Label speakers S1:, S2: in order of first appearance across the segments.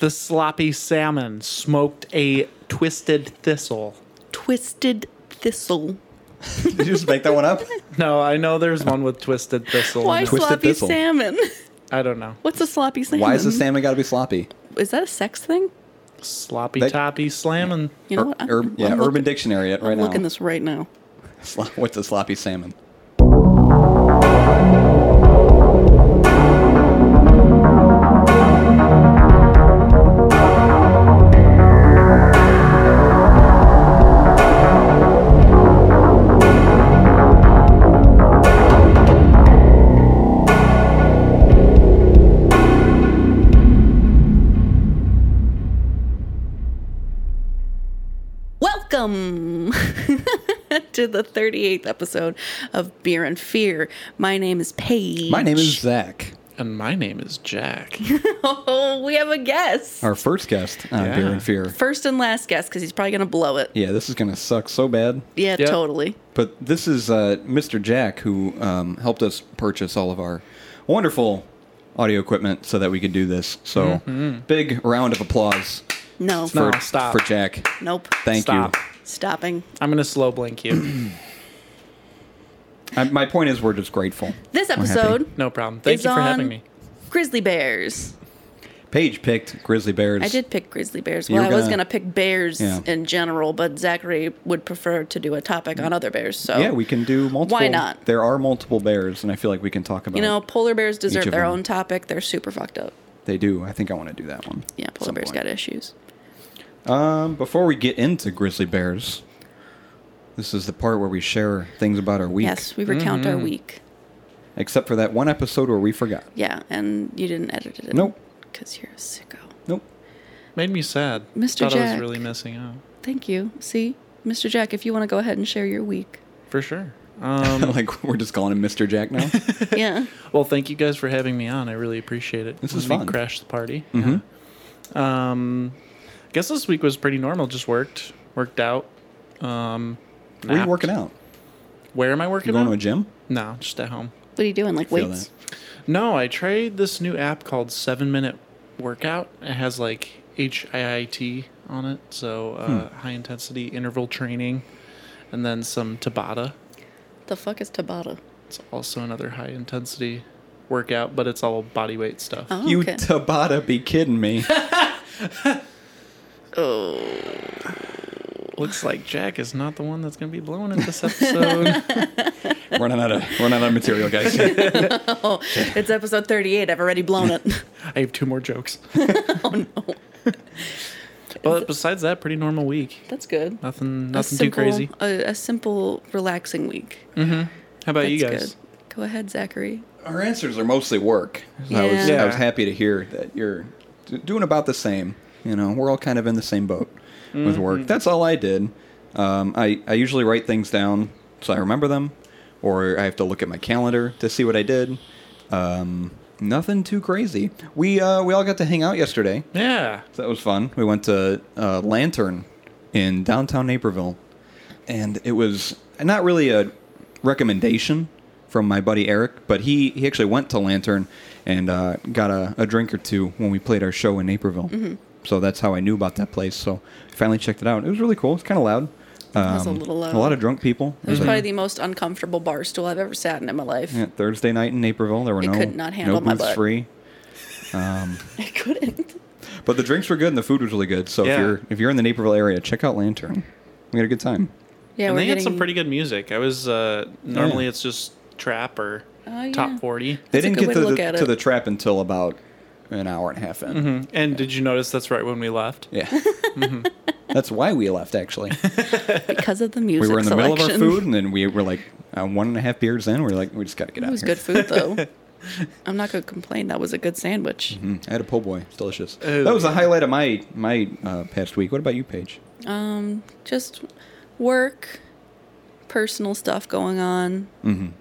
S1: The sloppy salmon smoked a twisted thistle.
S2: Twisted thistle.
S3: Did you just make that one up?
S1: No, I know there's one with twisted thistle. in
S2: Why
S1: it.
S3: Twisted
S2: sloppy
S3: thistle.
S2: salmon?
S1: I don't know.
S2: What's a sloppy salmon?
S3: Why is the salmon got to be sloppy?
S2: Is that a sex thing?
S1: Sloppy
S3: They-
S1: toppy slamming.
S2: You know
S3: Ur-
S2: what? I'm,
S3: ur- yeah,
S2: I'm
S3: Urban
S2: looking,
S3: Dictionary it right
S2: I'm
S3: now.
S2: looking this right now.
S3: Slo- What's a sloppy salmon?
S2: Welcome to the 38th episode of Beer and Fear. My name is Paige.
S3: My name is Zach.
S1: And my name is Jack.
S2: Oh, we have a guest.
S3: Our first guest on
S1: Yeah.
S3: Beer and Fear.
S2: First and last guest because he's probably going to blow it.
S3: Yeah, this is gonna suck so bad.
S2: Yeah,
S1: Yep.
S2: totally.
S3: But this is uh, Mr. Jack who um, helped us purchase all of our wonderful audio equipment so that we could do this. So big round of applause
S2: No.
S3: for,
S1: Mm-hmm. No, stop.
S3: for Jack.
S2: Nope.
S3: Thank
S1: Stop.
S3: you.
S2: Stopping.
S1: I'm gonna slow blink you.
S3: I, my point is, we're just grateful.
S2: This
S3: happy.
S2: episode,
S1: No problem. Thank
S2: It's
S1: you for having
S2: on.
S1: me.
S2: grizzly bears.
S3: Paige picked grizzly bears.
S2: I did pick grizzly bears.
S3: You
S2: Well,
S3: were
S2: I was going
S3: gonna-
S2: to pick bears
S3: Yeah.
S2: in general, but Zachary would prefer to do a topic on other bears. So
S3: Yeah, we can do multiple.
S2: Oh. Why not?
S3: There are multiple bears, and I feel like we can talk about.
S2: You know, polar bears deserve
S3: of
S2: their
S3: them.
S2: own topic. They're super fucked up.
S3: they do. I think I want to do that one.
S2: Yeah,
S3: at
S2: polar
S3: some
S2: bears
S3: point.
S2: got issues.
S3: Um, before we get into grizzly bears, this is the part where we share things about our week.
S2: Yes, we recount
S3: Mm-hmm.
S2: our week.
S3: Except for that one episode where we forgot.
S2: Yeah, and you didn't edit it.
S3: Nope.
S2: Because you're a sicko.
S3: Nope.
S1: Made me sad.
S2: Mr.
S1: Thought I was
S2: Jack.
S1: really missing out.
S2: Thank you. See, Mr. Jack, if you want to go ahead and share your week.
S1: For sure. Um,
S3: like we're just calling him Mr. Jack now.
S2: yeah.
S1: well, thank you guys for having me on. I really appreciate it.
S3: This
S1: Let
S3: is
S1: me
S3: fun. Mm-hmm.
S1: Crash the party. Yeah. Um, I guess this week was pretty normal. Just worked, worked out. Um,
S3: Where are you
S1: napped.
S3: working out?
S1: Where am I working
S3: You going
S1: out?
S3: to a gym?
S1: no, just at home.
S2: What are you doing? Like
S3: Feel
S2: weights?
S1: No, I tried this new app called Seven Minute Workout. It has like HIIT on it, so
S3: Hmm.
S1: uh, high intensity interval training, and then some Tabata.
S2: The fuck is Tabata?
S1: It's also another high intensity workout, but it's all body weight stuff.
S2: Oh,
S3: You
S2: okay.
S3: Tabata be kidding me.
S2: oh.
S1: Looks like Jack is not the one that's going to be blowing it this episode.
S3: running out of running out of material, guys.
S2: It's episode 38. I've already blown it.
S1: I have two more jokes. oh no. But besides that, pretty normal week.
S2: That's good.
S1: Nothing,
S2: A
S1: nothing too
S2: simple-
S1: crazy.
S2: A, a simple, relaxing week.
S1: How about
S2: That's
S1: you guys?
S2: good. Go ahead, Zachary.
S3: Our answers are mostly work. So I was
S1: Yeah.
S3: I was happy to hear that you're d- doing about the same. You know, we're all kind of in the same boat with work. That's all I did. Um, I I usually write things down so I remember them, or I have to look at my calendar to see what I did. Um, nothing too crazy. We uh, we all got to hang out yesterday.
S1: Yeah.
S3: So that was fun. We went to uh, Lantern in downtown Naperville, and it was not really a recommendation from my buddy Eric, but he, he actually went to Lantern and uh, got a, a drink or two when we played our show in Naperville.
S2: Mm-hmm.
S3: So that's how I knew about that place. So I finally checked it out. It was really cool. It's kind of loud.
S2: was a
S3: Um,
S2: little loud.
S3: A lot of drunk people.
S2: It was probably the most uncomfortable bar stool I've ever sat in in my life.
S3: Mm-hmm. Yeah, Thursday night in Naperville. There were
S2: Mm-hmm. It
S3: no
S2: could not handle
S3: no
S2: my
S3: booths
S2: butt.
S3: free.
S2: I couldn't.
S3: But the drinks were good and the food was really good. So if
S1: Yeah.
S3: you're if you're in the Naperville area, check out Lantern. We had a good time.
S2: Yeah,
S1: and
S2: we're
S1: they
S2: getting
S1: had some pretty good music. I was uh, normally
S3: yeah.
S1: it's just trap or
S2: Oh, yeah.
S1: top forty.
S3: They
S2: That's a
S3: didn't
S2: good
S3: get
S2: way
S3: to
S2: to
S3: the,
S2: look at
S3: to
S2: it.
S3: the trap until about an hour and a half in.
S1: Mm. And did you notice that's right when we left?
S3: Yeah.
S1: Mm-hmm.
S3: That's why we left, actually.
S2: because of the music.
S3: We were in the
S2: selection.
S3: middle of our food, and then we were like uh, one and a half beers in. We are like, we just got to get out
S2: It was
S3: of here.
S2: good food though. I'm not gonna complain. That was a good sandwich.
S3: Mm, I had a po' boy. It's delicious.
S1: Oh.
S3: That was the highlight of my my uh, past week. What about you, Paige?
S2: Um, just work, personal stuff going on.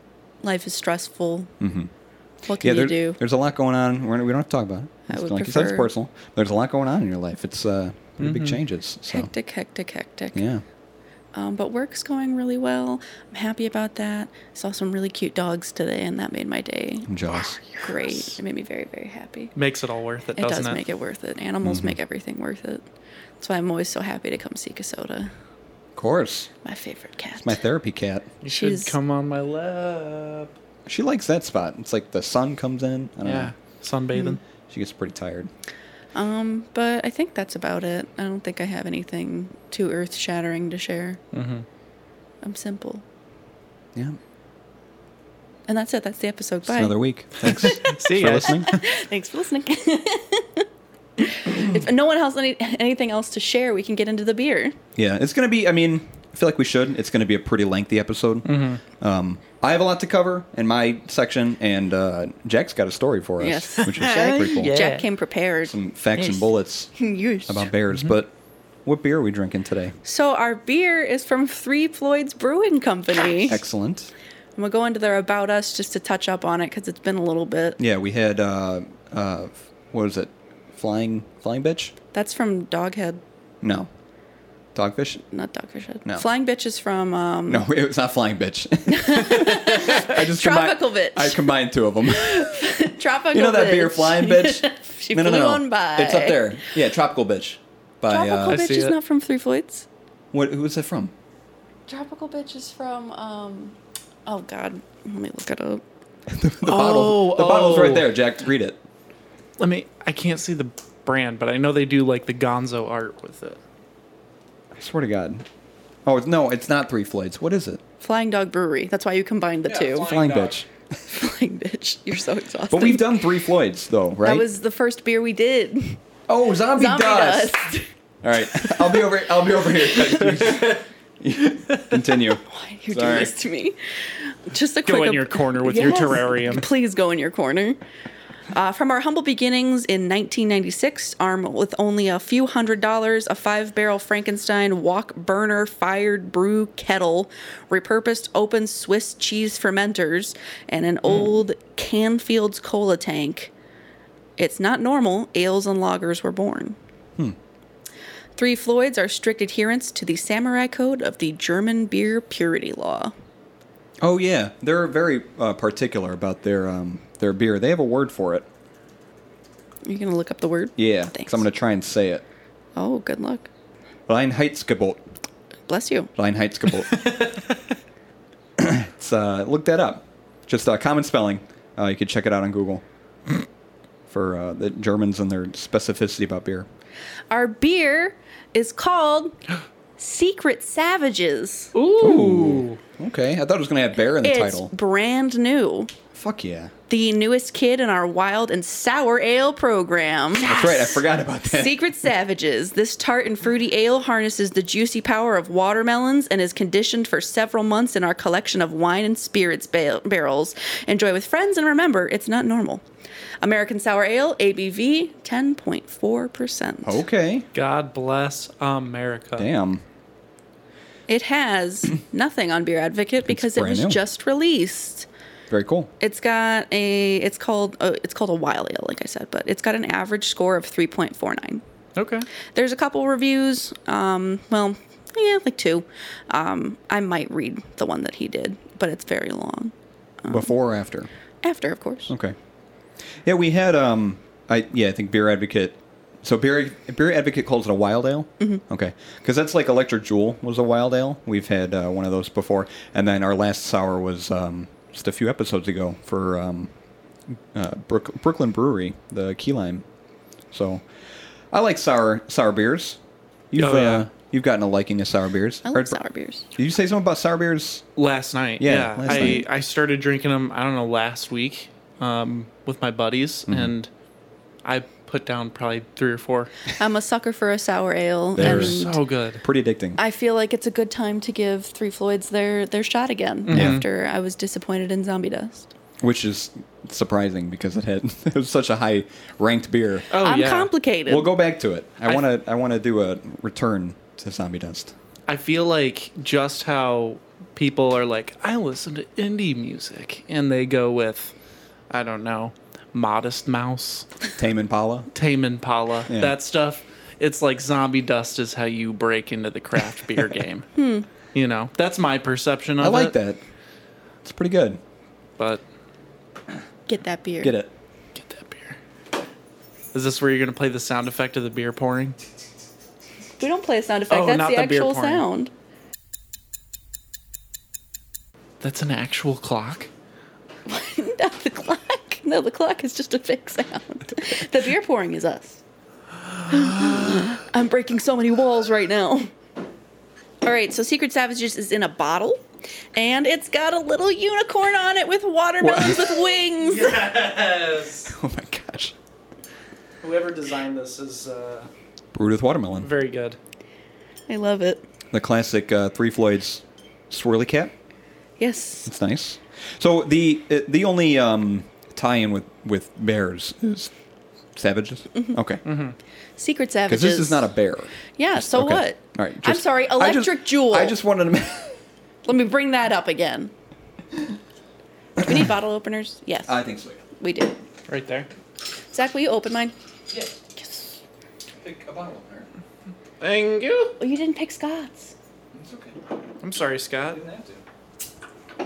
S2: Life is stressful. What can you
S3: Mm-hmm. there-
S2: do?
S3: there's a lot going on. We're, we don't have to talk about it.
S2: I
S3: It's-
S2: would
S3: like you said, it's
S2: prefer-
S3: personal.
S1: Mm-hmm.
S3: There's a lot going on in your life. It's uh, pretty big changes. So,
S2: Hectic, hectic, hectic.
S3: yeah.
S2: Um, but work's going really well. I'm happy about that. Saw some really cute dogs today, and that made my day
S3: I'm jealous.
S2: great. It made me very, very happy.
S1: Makes it all worth it,
S2: It
S1: doesn't
S2: does
S1: it?
S2: make it worth it. Animals
S3: Mm-hmm.
S2: make everything worth it. That's why I'm always so happy to come see Casoda,
S3: Of course.
S2: my favorite cat.
S3: My therapy cat.
S1: you should
S2: She's-
S1: come on my lap.
S3: She likes that spot. It's like the sun comes in. I don't
S1: Yeah,
S3: know.
S1: sunbathing.
S3: She gets pretty tired.
S2: um, but I think that's about it. I don't think I have anything too earth shattering to share. Mm-hmm. I'm simple.
S3: Yeah.
S2: And that's it. That's the episode.
S3: It's
S2: Bye.
S3: another week. Thanks for
S1: See ya.
S3: listening.
S2: Thanks for listening. if no one has any, anything else to share, we can get into the beer.
S3: Yeah, it's gonna be. I mean, I feel like we should. It's gonna be a pretty lengthy episode.
S2: Mm-hmm.
S3: Um, I have a lot to cover in my section, and uh, Jack's got a story for us,
S2: Yes.
S3: which is pretty cool.
S1: Yeah.
S2: Jack came prepared.
S3: Some facts and
S1: Yes.
S3: bullets
S2: Yes.
S3: about bears.
S2: Mm-hmm.
S3: But what beer are we drinking today?
S2: So our beer is from Three Floyds Brewing Company.
S3: Excellent.
S2: I'm gonna go into their about us just to touch up on it because it's been a little bit.
S3: Yeah, we had uh, uh, what was it? Flying, flying bitch?
S2: That's from Doghead,
S3: No, dogfish?
S2: not Dogfish Head.
S3: No.
S2: Flying Bitch is from um,
S3: No, it was not flying bitch. I just
S2: Tropical
S3: combined,
S2: bitch.
S3: I combined two of them.
S2: Tropical.
S3: You know that
S2: Bitch.
S3: beer, Flying Bitch?
S2: she flew on by.
S3: It's up there. Yeah, Tropical Bitch. By
S2: Tropical
S3: uh,
S1: I
S2: Bitch
S1: see
S2: is
S1: it.
S2: not from Three Floyds.
S3: what? Who was that from?
S2: Tropical Bitch is from um, oh God, let me look it up.
S3: The bottle. The bottle's
S1: oh.
S3: right there, Jack. Read it.
S1: Let me. I can't see the brand, but I know they do like the Gonzo art with it.
S3: I swear to God. Oh it's, no, it's not Three Floyds. What is it?
S2: Flying Dog Brewery. That's why you combined the two.
S3: Flying Bitch.
S2: Flying Bitch. You're so exhausted.
S3: But we've done Three Floyds though, right?
S2: That was the first beer we did.
S3: oh, zombie,
S2: Zombie
S3: dust.
S2: dust.
S3: All right, I'll be over. I'll be over here. Continue.
S2: Why you
S3: Sorry.
S2: do this to me? Just a
S1: Go
S2: quick
S1: in
S2: up-
S1: your corner with your
S2: Yes.
S1: terrarium.
S2: Please go in your corner. Uh, from our humble beginnings in 1996, armed with only a few hundred dollars, a five barrel Frankenstein wok burner fired brew kettle, repurposed open Swiss cheese fermenters, and
S1: Hmm.
S2: an old Canfield's cola tank. It's not normal, ales and lagers were born.
S1: Hmm.
S2: Three Floyds are strict adherents to the samurai code of the German beer purity law.
S3: Oh yeah, they're very uh, particular about their um, their beer. They have a word for it.
S2: You're going to look up the word?
S3: Yeah, 'cause
S2: Thanks.
S3: I'm gonna try and say it.
S2: Oh, good luck.
S3: Reinheitsgebot.
S2: Bless you.
S3: Reinheitsgebot. it's uh, look that up. Just uh, common spelling. Uh, you could check it out on Google for uh, the Germans and their specificity about beer.
S2: Our beer is called Secret Savages.
S1: Ooh.
S3: Okay, I thought it was gonna have bear in the
S2: it's
S3: title.
S2: brand new.
S3: Fuck yeah,
S2: The newest kid in our wild and sour ale program.
S3: that's right. I forgot about that.
S2: Secret Savages. This tart and fruity ale harnesses the juicy power of watermelons and is conditioned for several months in our collection of wine and spirits ba- barrels. Enjoy with friends and remember, it's not normal. American Sour Ale, ABV 10.4%.
S3: okay,
S1: God bless America.
S3: damn.
S2: It has nothing on Beer Advocate because it
S3: brand
S2: was
S3: new.
S2: just released.
S3: Very cool.
S2: It's got a it's called a, it's called a wild ale, like I said, but it's got an average score of 3.49.
S1: Okay.
S2: There's a couple reviews. Um, well, yeah, like two. Um, I might read the one that he did, but it's very long.
S3: Before or after?
S2: After, of course.
S3: Okay. Yeah, we had um I yeah, I think Beer Advocate so Beer Beer Advocate calls it a wild ale. Mm-hmm. Okay. Cuz that's like Electric Jewel was a wild ale. We've had uh, one of those before. And then our last sour was um just a few episodes ago for um uh, Brook, Brooklyn Brewery, the key lime. So I like sour sour beers. You've
S1: Oh, yeah.
S3: uh, you've gotten a liking of sour beers.
S2: I
S3: Or-
S2: love sour beers.
S3: Did you say something about sour beers?
S1: Last night.
S3: Yeah,
S1: Yeah.
S3: last
S1: I
S3: night.
S1: I started drinking them. I don't know last week, um, with my buddies,
S3: Mm-hmm.
S1: and I put down probably three or four.
S2: I'm a sucker for a sour ale,
S3: They're
S2: and
S1: So good.
S3: Pretty addicting.
S2: I feel like it's a good time to give Three Floyds their their shot again
S3: Mm-hmm.
S2: after I was disappointed in Zombie Dust.
S3: which is surprising because it had it was such a high ranked beer.
S1: Oh
S2: I'm
S1: yeah.
S2: complicated.
S3: We'll go back to it. I
S1: I-
S3: want to I want to do a return to Zombie Dust.
S1: I feel like just how people are like, I listen to indie music, and they go with, I don't know, Modest Mouse,
S3: Tame Impala.
S1: Tame Impala,
S3: Yeah.
S1: that stuff. It's like zombie dust is how you break into the craft beer game. You know, that's my perception of
S3: I like
S1: it,
S3: that. It's pretty good.
S1: But
S2: Get that beer.
S3: Get it.
S1: get that beer. Is this where you're gonna play the sound effect of the beer pouring?
S2: We don't play a sound effect.
S1: Oh,
S2: That's
S1: not
S2: the,
S1: the beer
S2: actual
S1: pouring.
S2: sound.
S1: That's an actual clock.
S2: not the clock. No, the clock is just a fake sound. the beer pouring is us. I'm breaking so many walls right now. All right, so Secret Savages is in a bottle, and it's got a little unicorn on it with watermelons with wings.
S1: Yes.
S3: Oh my gosh.
S1: Whoever designed this is uh,
S3: Brewed with watermelon.
S1: very good.
S2: I love it.
S3: The classic uh, Three Floyds swirly cap.
S2: Yes.
S3: It's nice. So the uh, the only um, tie-in with with bears is savages.
S2: Mm-hmm.
S3: Okay, because
S2: Secret Savages.
S3: this is not a bear.
S2: Yeah, so
S3: Okay.
S2: what?
S3: All right.
S2: I'm
S3: just-
S2: sorry,
S3: I just-
S2: Electric Jewel.
S3: I just wanted to. ma-
S2: Let me bring that up again. Do we need bottle openers? Yes.
S3: I think so.
S2: we do.
S1: Right there.
S2: Zach, will you open mine?
S3: Yeah.
S2: Yes.
S3: Pick a bottle there.
S1: Thank you.
S2: Well, Oh, you didn't pick Scott's.
S3: It's okay.
S1: I'm sorry, Scott.
S3: have to.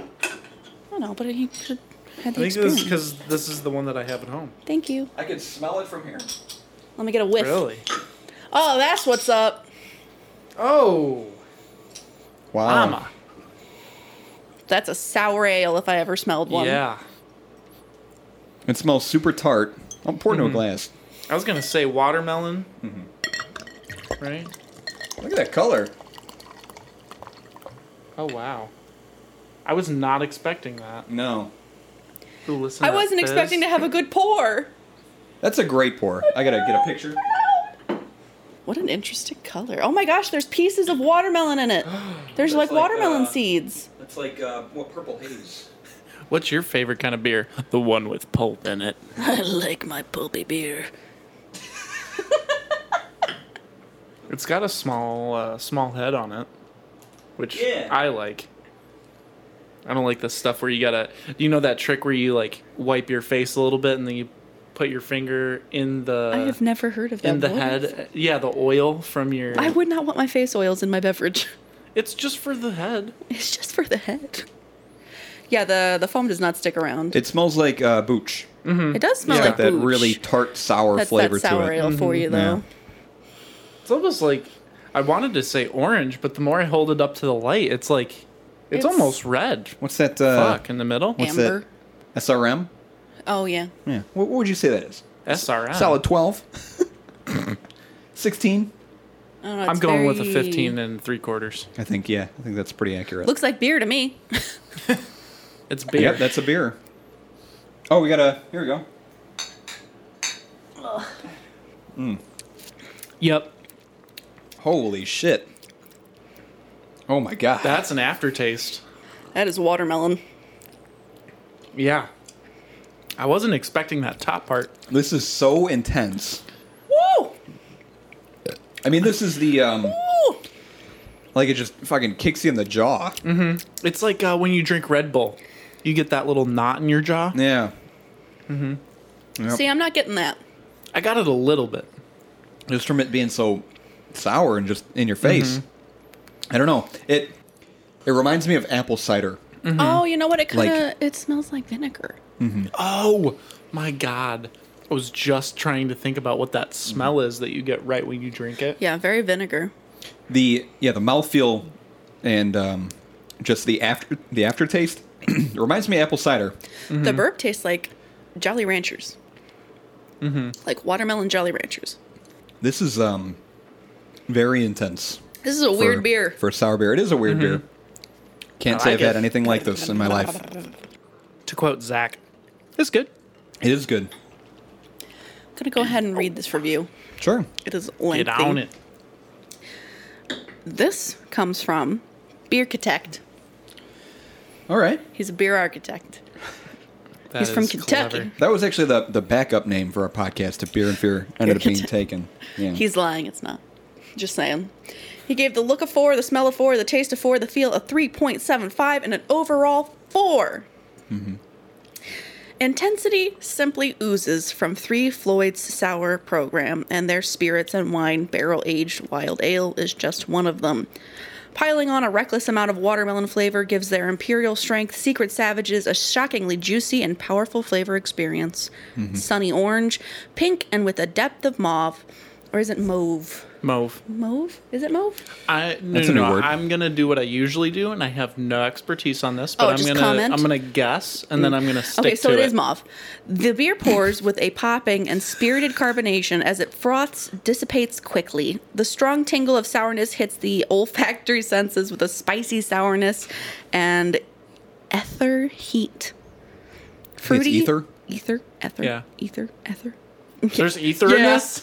S2: I don't know, but he could have had
S1: I
S2: the
S1: think this is
S2: experience.
S1: because this is the one that I have at home.
S2: Thank you.
S3: I could smell it from here.
S2: Let me get a whiff.
S1: Really?
S2: Oh, that's what's up.
S1: Oh,
S3: Wow.
S1: mama.
S2: That's a sour ale if I ever smelled one.
S1: Yeah.
S3: It smells super tart. I'm pouring
S2: Mm-hmm.
S3: into a glass.
S1: I was gonna say watermelon. Right?
S3: Look at that color.
S1: Oh wow. I was not expecting that.
S3: No.
S1: Ooh, listen.
S2: I
S1: to that
S2: wasn't
S1: fizz.
S2: expecting to have a good pour.
S3: That's a great pour. I gotta get a picture.
S2: What an interesting color. Oh my gosh, there's pieces of watermelon in it. There's like
S3: That's like,
S2: watermelon
S3: uh,
S2: seeds.
S3: That's like uh, what purple haze.
S1: What's your favorite kind of beer? The one with pulp in it.
S2: I like my pulpy beer.
S1: It's got a small, uh, small head on it, which
S3: Yeah.
S1: I like. I don't like the stuff where you gotta. You know that trick where you like wipe your face a little bit and then you put your finger in
S2: I
S1: the
S2: have never heard of that.
S1: in the
S2: What is-
S1: head. Yeah, the oil from your.
S2: I would not want my face oils in my beverage.
S1: It's just for the head.
S2: It's just for the head. Yeah, the, the foam does not stick around. It,
S3: It smells like uh, booch.
S2: does smell
S1: Yeah.
S3: It's
S2: like
S3: got that
S2: booch.
S3: really tart sour
S2: That's
S3: flavor
S2: that sour
S3: to it. Mm-hmm.
S2: ale for you, though.
S3: Yeah.
S1: It's almost like I wanted to say orange, but the more I hold it up to the light, it's like it's,
S2: It's-
S1: almost red.
S3: What's that? Uh,
S1: Fuck in the middle.
S2: Yeah.
S3: What's that?
S2: Amber.
S3: SRM.
S2: Oh, yeah.
S3: Yeah. What, what would you say that is?
S1: SRM.
S3: Solid twelve. Sixteen.
S2: I don't know,
S1: I'm
S2: it's
S1: going with a
S2: very-
S1: 15 and three quarters.
S3: I think. Yeah. I think that's pretty accurate.
S2: Looks like beer to me.
S1: It's
S3: Yep.
S1: beer.
S3: That's a beer. Oh, we got a. Here we go.
S1: yep.
S3: Holy shit. Oh my god.
S1: That's an aftertaste.
S2: that is watermelon.
S1: Yeah. I wasn't expecting that top part.
S3: this is so intense.
S2: Woo!
S3: I mean, this is the um,
S2: Woo!
S3: like it just fucking kicks you in the jaw.
S1: It's like uh, when you drink Red Bull, you get that little knot in your jaw.
S3: Yeah. Yep.
S2: See, I'm not getting that.
S1: I got it a little bit.
S3: just from it being so sour and just in your face. I don't know. It it reminds me of apple cider.
S2: Oh, you know what? It
S3: Mm-hmm. Like-
S2: kind of it smells like vinegar.
S1: Oh my god. I was just trying to think about what that smell is that you get right when you drink it.
S2: Yeah, very vinegar.
S3: The yeah, the mouthfeel and um, just the after the aftertaste it reminds me of apple cider.
S2: The burp tastes like Jolly Ranchers. Mm-hmm. Like watermelon Jolly Ranchers.
S3: This is um very intense.
S2: This is a
S3: for-
S2: weird beer.
S3: For sour beer. It is a weird beer. Can't
S1: I
S3: say
S1: like
S3: I've had
S1: it.
S3: anything like this in my life.
S1: To quote Zach, it's good.
S3: It is good.
S2: I'm gonna go ahead and read this review.
S3: Sure.
S2: It is lengthy.
S1: Get on it.
S2: This comes from Beer Architect.
S3: All right.
S2: He's a beer architect.
S1: That
S2: He's from
S1: is
S2: Kentucky.
S1: clever.
S3: That was actually the, the backup name for our podcast if Beer and Fear ended up being taken. Yeah.
S2: He's lying. It's not. Just saying. He gave the look of four, the smell of four, the taste of four, the feel a 3.75, and an overall 4
S1: Mm-hmm.
S2: Intensity simply oozes from Three Floyd's Sour program, and their spirits and wine barrel aged wild ale is just one of them. Piling on a reckless amount of watermelon flavor gives their imperial strength secret savages a shockingly juicy and powerful flavor experience. Sunny orange, pink, and with a depth of mauve. Or is it mauve?
S1: Mauve.
S2: Mauve? Is it mauve?
S1: I no,
S3: That's a
S1: no,
S3: new
S1: no,
S3: word.
S1: I'm gonna do what I usually do, and I have no expertise on this, but
S2: Oh,
S1: I'm
S2: just
S1: gonna
S2: comment? Mm.
S1: I'm gonna guess, and then I'm gonna stick
S2: okay, so
S1: to
S2: it is mauve. The beer pours with a popping and spirited carbonation as it froths, dissipates quickly. The strong tingle of sourness hits the olfactory senses with a spicy sourness and ether heat. Fruity
S3: ether?
S2: ether, ether,
S1: Yeah.
S2: ether, ether.
S1: There's ether in
S2: Yeah.
S1: this.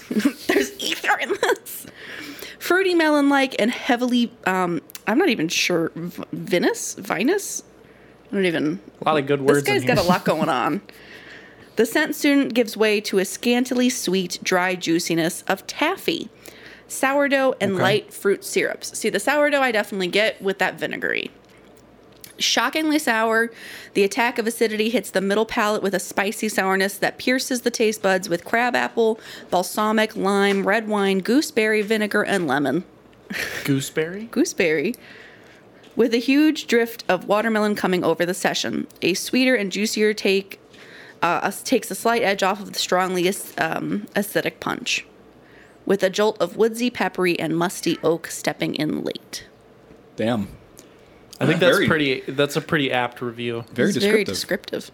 S2: There's ether in this. Fruity melon like and heavily, um, I'm not even sure, v- vinous? Vinous? I don't even.
S1: A lot of good words.
S2: This guy's
S1: in here.
S2: got a lot going on. The scent soon gives way to a scantily sweet, dry juiciness of taffy, sourdough, and
S3: Okay.
S2: light fruit syrups. See, the sourdough I definitely get with that vinegary. Shockingly sour, the attack of acidity hits the middle palate with a spicy sourness that pierces the taste buds with crabapple, balsamic, lime, red wine, gooseberry, vinegar, and lemon
S1: Gooseberry.
S2: gooseberry with a huge drift of watermelon coming over the session. A sweeter and juicier take uh, us- takes a slight edge off of the strongly um, acidic punch, with a jolt of woodsy, peppery, and musty oak stepping in late.
S3: Damn.
S1: I think that's
S3: Very-
S1: pretty. That's a pretty apt review.
S3: Very
S2: It's
S3: descriptive.
S2: Very descriptive.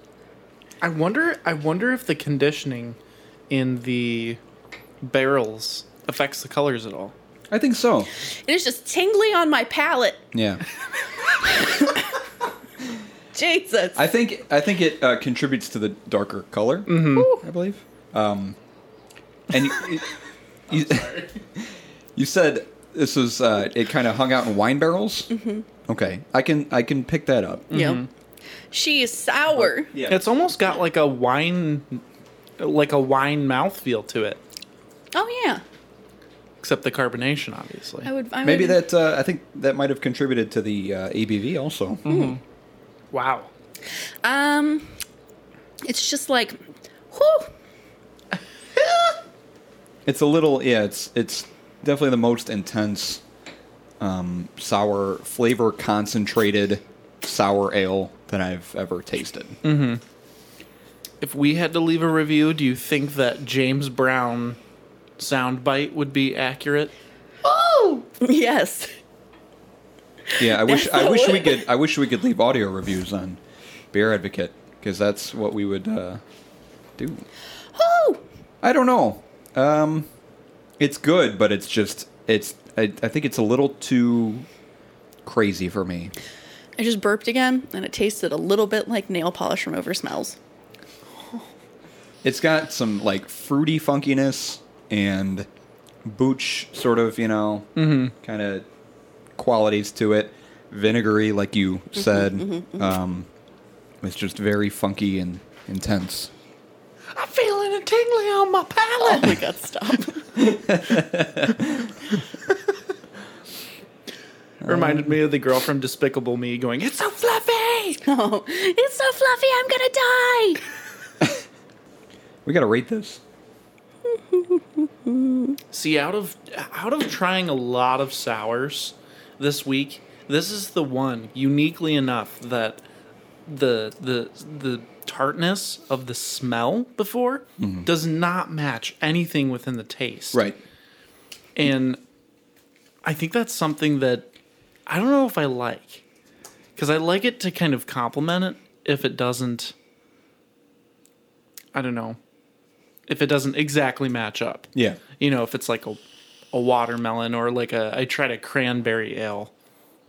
S1: I wonder. I wonder if the conditioning in the barrels affects the colors at all.
S3: I think so.
S2: It is just tingly on my palate.
S3: Yeah.
S2: Jesus.
S3: I think I think it uh, contributes to the darker color. I believe. Um, and you, you, you said this was uh, it kind of hung out in wine barrels. Mm-hmm. Okay, I can I can pick that up.
S2: yeah.
S3: Mm-hmm.
S2: She is
S3: Oh,
S2: sour.
S1: It's almost got like a wine, like a wine mouthfeel to it,
S2: Oh yeah.
S1: except the carbonation, obviously.
S2: I would. I
S3: Maybe
S2: would,
S3: that uh, I think that might have contributed to the uh, ABV also.
S1: Wow.
S2: Um, it's just like, whew.
S3: It's a little yeah. It's it's definitely the most intense um, sour flavor concentrated sour ale that I've ever tasted.
S1: If we had to leave a review, do you think that James Brown soundbite would be accurate?
S2: Yes.
S3: Yeah, I wish I
S2: the
S3: wish we
S2: one.
S3: could I wish we could leave audio reviews on Beer Advocate because that's what we would uh, do.
S2: Whew.
S3: I don't know. Um, it's good, but it's just it's I, I think it's a little too crazy for me.
S2: I just burped again, and it tasted a little bit like nail polish remover smells.
S3: It's got some like fruity funkiness and booch sort of you know kind of qualities to it. Vinegary, like you said, Um, it's just very funky and intense.
S1: I'm feeling a tingly on my palate.
S2: Oh my god, stop.
S1: Reminded me of the girl from Despicable Me going, It's so fluffy!
S2: No. It's so fluffy, I'm gonna die!
S3: We gotta rate this.
S1: See, out of out of trying a lot of sours this week, this is the one uniquely enough that the the the tartness of the smell before does not match anything within the taste.
S3: Right.
S1: And I think that's something that I don't know if I like because I like it to kind of complement it if it doesn't. I don't know if it doesn't exactly match up.
S3: Yeah.
S1: You know, if it's like a, a watermelon or like a I tried a cranberry ale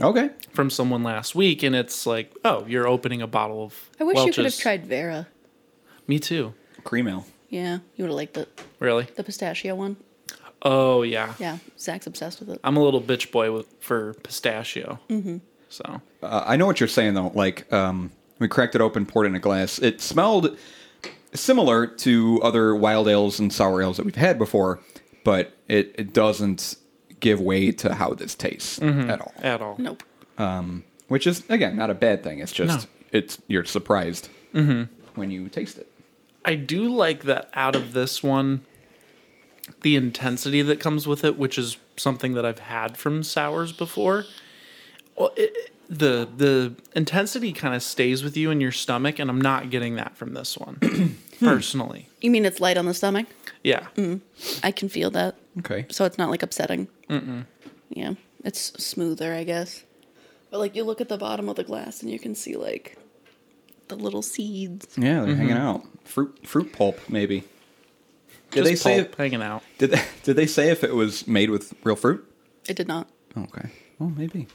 S3: Okay.
S1: from someone last week, and it's like, oh, you're opening a bottle of.
S2: I wish you could have
S1: Welch's.
S2: tried Vera.
S1: Me too.
S3: Cream ale.
S2: Yeah, you would have liked the,
S1: Really?
S2: the pistachio one.
S1: Oh yeah.
S2: Yeah, Zach's obsessed with it.
S1: I'm a little bitch boy with, for pistachio. Mm-hmm. So
S3: Uh, I know what you're saying though. Like, um, we cracked it open, poured it in a glass. It smelled similar to other wild ales and sour ales that we've had before, but it, it doesn't give way to how this tastes at all.
S1: at all.
S2: Nope.
S3: Which is again not a bad thing. It's just
S1: No.
S3: it's you're surprised when you taste it.
S1: I do like that out of this one, the intensity that comes with it, which is something that I've had from sours before, Well, it, the the intensity kind of stays with you in your stomach, and I'm not getting that from this one personally.
S2: You mean it's light on the stomach?
S1: Yeah,
S3: Mm.
S2: I can feel that.
S3: Okay.
S2: So it's not like upsetting. Mm-mm. Yeah. It's smoother, I guess. But like you look at the bottom of the glass and you can see like the little seeds.
S3: Yeah, they're hanging out. Fruit fruit pulp maybe. Did
S1: just
S3: they say
S1: pulp hanging out.
S3: did they, did they say if it was made with real fruit?
S2: It did not.
S3: Okay. Well, maybe.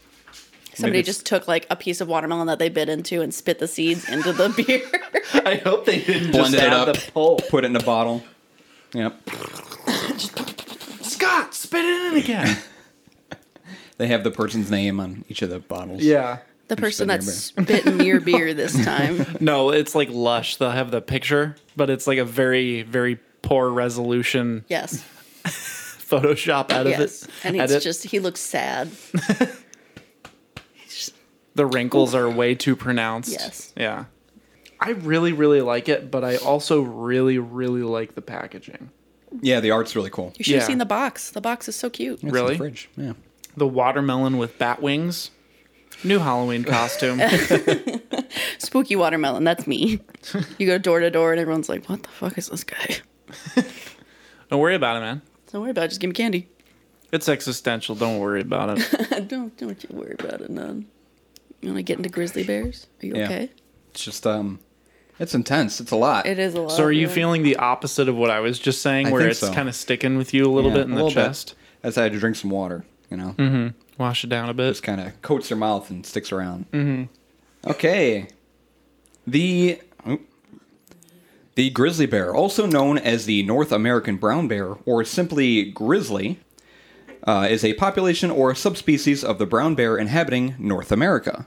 S2: Somebody
S3: it's-
S2: just took like a piece of watermelon that they bit into and spit the seeds into the beer.
S1: I hope they didn't
S3: Blend
S1: just
S3: it
S1: add
S3: up.
S1: the pulp.
S3: Put it in a bottle. Yep.
S1: Scott, spit it in again.
S3: They have the person's name on each of the bottles.
S1: yeah.
S2: The person
S3: been
S2: that
S3: your
S2: spit in your beer this time.
S1: No, it's like lush. They'll have the picture, but it's like a very, very poor resolution
S2: Yes.
S1: Photoshop out
S2: Yes.
S1: of it.
S2: And he's
S1: edit.
S2: just he looks sad.
S1: the wrinkles are way too pronounced.
S2: Yes.
S1: Yeah. I really, really like it, but I also really, really like the packaging.
S3: Yeah, the art's really cool.
S2: You should have
S1: Yeah.
S2: seen the box. The box is so cute.
S3: It's in the
S1: Really?
S3: fridge. Yeah.
S1: The watermelon with bat wings. New Halloween costume.
S2: Spooky watermelon, that's me. You go door to door and everyone's like, What the fuck is this guy?
S1: don't worry about it, man.
S2: Don't worry about it, just give me candy.
S1: It's existential. Don't worry about it.
S2: don't don't you worry about it, none. You wanna get into grizzly bears? Are you
S3: Yeah.
S2: okay?
S3: It's just um it's intense. It's a lot.
S2: It is a lot.
S1: So, are you
S2: yeah.
S1: feeling the opposite of what I was just saying,
S3: I
S1: where
S3: think
S1: it's
S3: so.
S1: kind of sticking with you a little
S3: Yeah,
S1: bit in
S3: a
S1: the
S3: little bit.
S1: chest?
S3: That's how you drink some water, you know.
S1: Wash it down a bit.
S3: just kind of coats their mouth and sticks around. Mm-hmm. Okay. The oop. the grizzly bear, also known as the North American brown bear or simply grizzly, uh, is a population or subspecies of the brown bear inhabiting North America.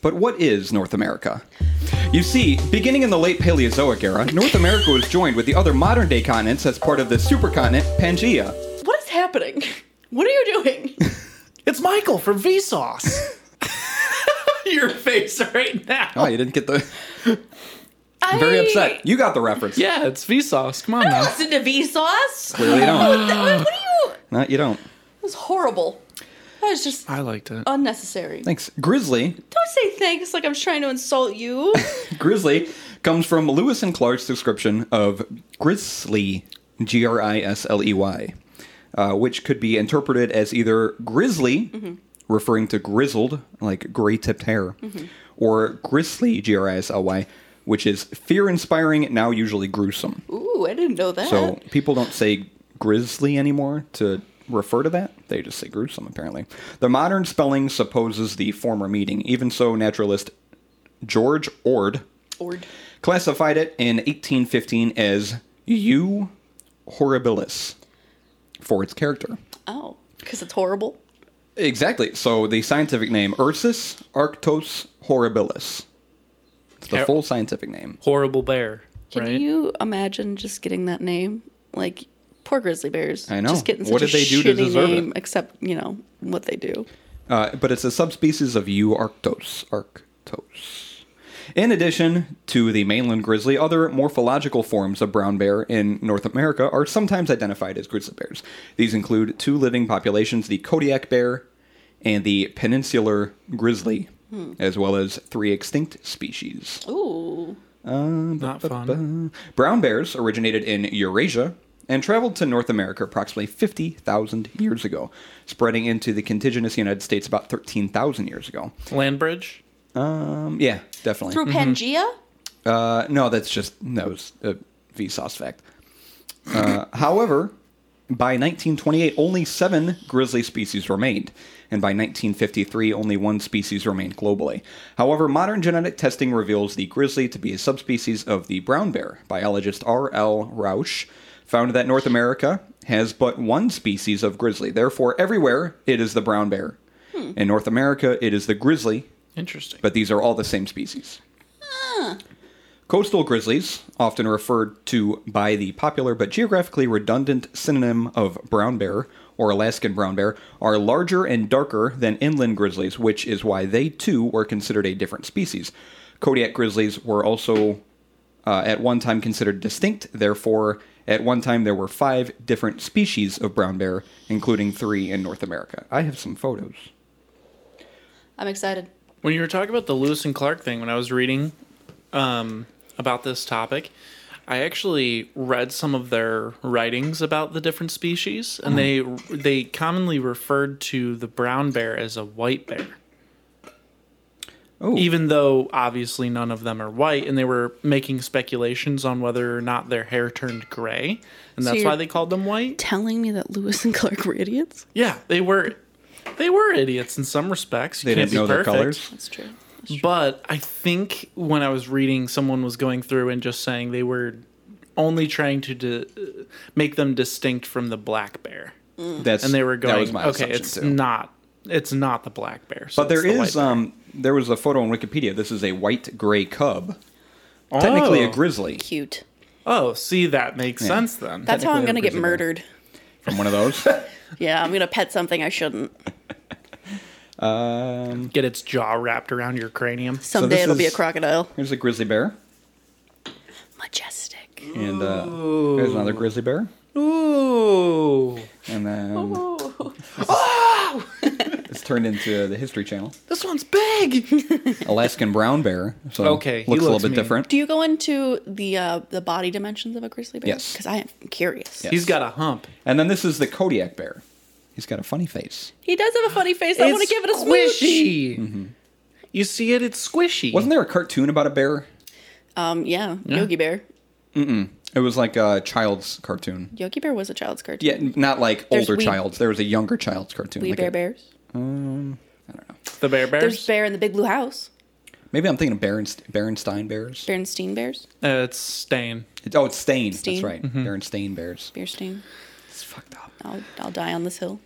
S3: But what is North America? You see, beginning in the late Paleozoic era, North America was joined with the other modern day continents as part of the supercontinent Pangaea.
S2: What is happening? What are you doing?
S1: It's Michael from Vsauce. Your face right now.
S3: Oh, you didn't get the.
S2: I'm
S3: Very upset. You got the reference.
S1: Yeah, it's Vsauce. Come on now.
S2: Listen to V sauce.
S3: Clearly don't.
S2: What are you?
S3: No, you don't.
S2: That was horrible. That was just
S1: I liked it.
S2: unnecessary.
S3: Thanks. Grizzly.
S2: Don't say thanks like I'm trying to insult you.
S3: Grizzly comes from Lewis and Clark's description of grizzly, G R I S L E Y, uh, which could be interpreted as either grizzly, referring to grizzled, like gray tipped hair, or grizzly, G R I S L Y, which is fear inspiring, now usually gruesome.
S2: Ooh, I didn't know that.
S3: So people don't say grizzly anymore to refer to that. They just say gruesome, apparently. The modern spelling supposes the former meaning. Even so, naturalist George Ord
S2: Ord.
S3: classified it in 1815 as U horribilis for its character.
S2: Oh, because it's horrible.
S3: Exactly. So the scientific name Ursus arctos horribilis. It's the
S1: Har-
S3: full scientific name.
S1: Horrible bear.
S2: Can
S1: right?
S2: you imagine just getting that name? Like poor grizzly bears.
S3: I know.
S2: Just getting such
S3: What
S2: a
S3: did they do to
S2: shitty
S3: deserve it?
S2: name, except you know what they do.
S3: Uh, but it's a subspecies of U. arctos. Arctos. In addition to the mainland grizzly, other morphological forms of brown bear in North America are sometimes identified as grizzly bears. These include two living populations, the Kodiak bear and the peninsular grizzly, as well as three extinct species.
S2: Ooh.
S1: Not fun.
S3: Brown bears originated in Eurasia and traveled to North America approximately 50,000 years ago, spreading into the contiguous United States about 13,000 years ago.
S1: Landbridge.
S3: Um, yeah, definitely.
S2: Through Pangea?
S3: Uh, no, that's just that was a Vsauce fact. Uh, however, by 1928, only seven grizzly species remained, and by 1953, only one species remained globally. However, modern genetic testing reveals the grizzly to be a subspecies of the brown bear. Biologist R. L. Rausch found that North America has but one species of grizzly. Therefore, everywhere it is the brown bear. In North America, it is the grizzly,
S1: Interesting.
S3: but these are all the same species. Coastal grizzlies, often referred to by the popular but geographically redundant synonym of brown bear or Alaskan brown bear, are larger and darker than inland grizzlies, which is why they too were considered a different species. Kodiak grizzlies were also uh, at one time considered distinct, therefore, at one time there were five different species of brown bear, including three in North America. I have some photos.
S2: I'm excited.
S1: When you were talking about the Lewis and Clark thing, when I was reading um, about this topic, I actually read some of their writings about the different species, and
S3: Hmm.
S1: they they commonly referred to the brown bear as a white bear,
S3: Oh,
S1: even though obviously none of them are white, and they were making speculations on whether or not their hair turned gray, and that's
S2: you're-
S1: why they called them white.
S2: Telling me that Lewis and Clark were idiots?
S1: Yeah, they were they were idiots in some respects. You
S3: they
S1: can't
S3: didn't
S1: be
S3: know their
S1: perfect.
S3: colors.
S2: That's true.
S1: But I think when I was reading, someone was going through and just saying they were only trying to di- make them distinct from the black bear,
S3: That's
S1: and they were going,
S3: That was my
S1: "Okay,
S3: assumption,
S1: it's
S3: too.
S1: not, it's not the black bear." So
S3: But there
S1: it's the
S3: is
S1: white bear.
S3: um there was a photo on Wikipedia. This is a white gray cub. Technically a
S1: Oh.
S3: grizzly
S2: Cute.
S1: Oh, see, that makes
S3: Yeah.
S1: sense then.
S2: That's how I'm
S3: Technically
S2: gonna get
S3: reasonable.
S2: murdered.
S3: from one of those.
S2: Yeah, I'm gonna pet something I shouldn't.
S3: um,
S1: Get its jaw wrapped around your cranium.
S2: Someday it'll be a
S3: is-
S2: crocodile.
S3: here's a grizzly bear.
S2: Majestic.
S3: And uh, there's another grizzly bear.
S1: Ooh,
S3: And then it's turned into the History Channel.
S1: this one's big.
S3: Alaskan brown bear. So
S1: Okay, he
S3: looks a little
S1: looks
S3: bit
S1: mean.
S3: different.
S2: Do you go into the uh, the body dimensions of a grizzly bear?
S3: Yes.
S2: Because I am curious.
S3: Yeah.
S1: He's got a hump.
S3: And then this is the Kodiak bear. He's got a funny face.
S2: He does have a funny face. I want to
S1: It's
S2: give it a squish.
S1: squishy. Mm-hmm. You see it? It's squishy.
S3: Wasn't there a cartoon about a bear?
S2: Um, yeah, Yogi Bear.
S3: It was like a child's cartoon.
S2: Yogi Bear was a child's cartoon.
S3: Yeah, n- not like
S2: There's
S3: older
S2: Wee-
S3: child's. There was a younger child's cartoon.
S2: Wee
S3: like
S2: Bear
S3: a-
S2: Bears.
S1: the bear bears?
S2: There's Bear in the Big Blue House.
S3: Maybe I'm thinking of Berenst- Berenstein bears.
S2: Berenstein Bears.
S1: Uh, it's stain.
S3: It's, oh, it's Stain.
S2: Stain.
S3: That's right. Berenstain bears.
S2: Beerstein.
S3: It's fucked up.
S2: I'll I'll die on this hill.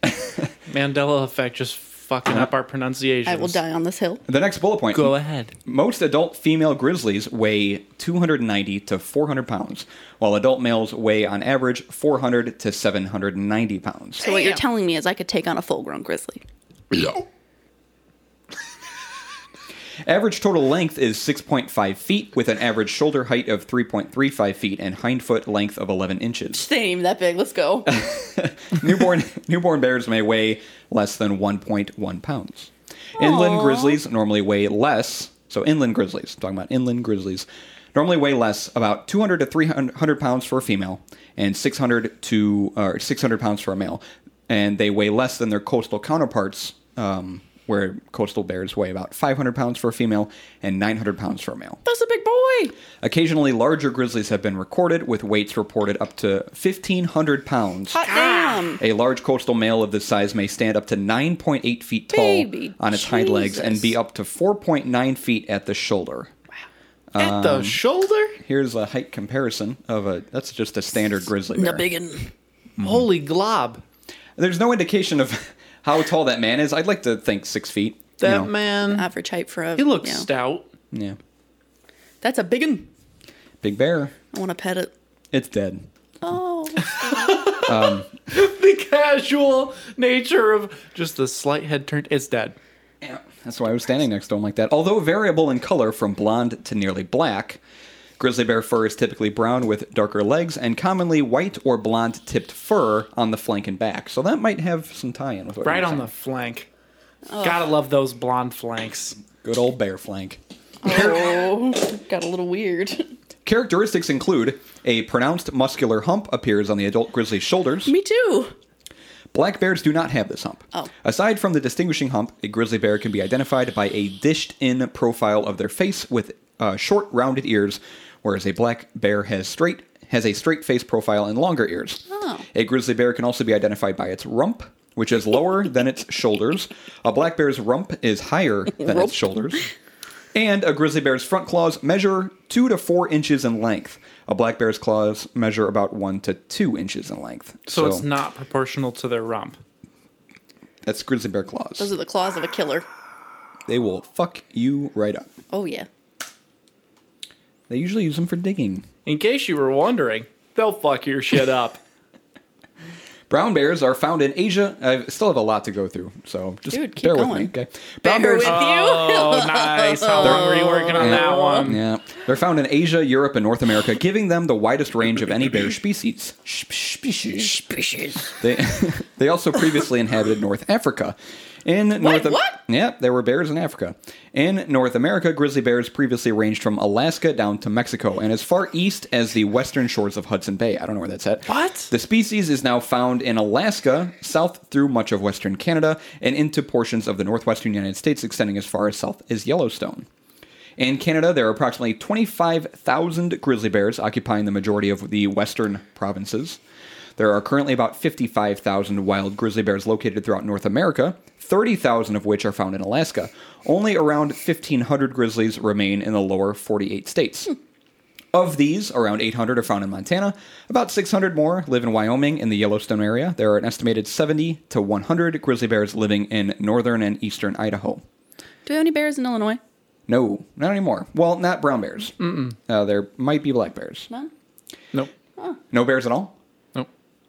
S1: Mandela effect just fucking up our pronunciations.
S2: I will die on this hill.
S3: The next bullet point.
S1: Go ahead.
S3: Most adult female grizzlies weigh 290 to 400 pounds, while adult males weigh on average 400 to 790 pounds.
S2: So what you're telling me is I could take on a full-grown grizzly.
S3: Average total length is 6.5 feet, with an average shoulder height of 3.35 feet and hind foot length of 11 inches.
S2: They ain't even that big. Let's go.
S3: newborn newborn bears may weigh less than 1.1 pounds. Inland grizzlies normally weigh less. So inland grizzlies, talking about inland grizzlies, normally weigh less, about 200 to 300 pounds for a female, and 600 to or 600 pounds for a male, and they weigh less than their coastal counterparts. Um, where coastal bears weigh about 500 pounds for a female and 900 pounds for a male.
S2: That's a big boy.
S3: Occasionally, larger grizzlies have been recorded, with weights reported up to 1,500 pounds.
S2: Hot damn.
S3: A large coastal male of this size may stand up to 9.8 feet tall
S2: Baby
S3: on its hind legs
S2: Jesus.
S3: and be up to 4.9 feet at the shoulder.
S1: At the shoulder?
S3: Here's a height comparison of a that's just a standard grizzly
S2: The
S3: bear.
S2: biggin.
S1: Holy glob.
S3: There's no indication of how tall that man is. I'd like to think six feet. you
S1: That
S3: know.
S1: man,
S2: Average height for a.
S1: he looks
S2: Uh, yeah.
S1: stout.
S3: Yeah,
S2: That's a biggin.
S3: big bear.
S2: I want to pet it.
S3: It's dead.
S2: Oh.
S1: The casual nature of just the slight head turn is dead.
S3: Yeah, that's why I was standing next to him like that. Although variable in color from blonde to nearly black, grizzly bear fur is typically brown with darker legs and commonly white or blonde tipped fur on the flank and back. So that might have some tie-in with what
S1: Right
S3: you're
S1: on the
S3: saying.
S1: flank. Gotta love those blonde flanks.
S3: good old bear flank.
S2: oh. Got a little weird.
S3: Characteristics include a pronounced muscular hump appears on the adult grizzly's shoulders.
S2: Me too.
S3: Black bears do not have this hump.
S2: Oh.
S3: Aside from the distinguishing hump, a grizzly bear can be identified by a dished in profile of their face with uh, short rounded ears, whereas a black bear has straight has a straight face profile and longer ears.
S2: Oh.
S3: A grizzly bear can also be identified by its rump, which is lower than its shoulders. A black bear's rump is higher than
S2: Rump.
S3: its shoulders. And a grizzly bear's front claws measure two to four inches in length. A black bear's claws measure about one to two inches in length.
S1: So, it's not proportional to their rump.
S3: That's grizzly bear claws.
S2: Those are the claws of a killer.
S3: they will fuck you right up.
S2: Oh yeah.
S3: They usually use them for digging.
S1: In case you were wondering, they'll fuck your shit up.
S3: Brown bears are found in Asia. I still have a lot to go through, so just
S2: Dude, keep
S3: bear with
S2: going.
S3: me. Okay.
S2: Bear
S3: Brown bears.
S2: with you.
S1: Oh, nice. How long were you working on that one?
S3: yeah, they're found in Asia, Europe, and North America, giving them the widest range of any bear species. Species.
S2: Species.
S3: They they also previously inhabited North Africa. In North
S2: what?
S3: Yep, there were bears in Africa. In North America, grizzly bears previously ranged from Alaska down to Mexico and as far east as the western shores of Hudson Bay. I don't know where that's at.
S1: What?
S3: The species is now found in Alaska, south through much of western Canada, and into portions of the northwestern United States, extending as far as south as Yellowstone. In Canada, there are approximately 25,000 grizzly bears occupying the majority of the western provinces. There are currently about 55,000 wild grizzly bears located throughout North America, 30,000 of which are found in Alaska. Only around 1,500 grizzlies remain in the lower 48 states. Of these, around 800 are found in Montana. About 600 more live in Wyoming in the Yellowstone area. There are an estimated 70 to 100 grizzly bears living in northern and eastern Idaho.
S2: Do we have any bears in Illinois?
S3: No, not anymore. Well, not brown bears. Mm-mm. Uh, there might be black bears.
S2: None.
S1: Nope.
S3: No bears at all?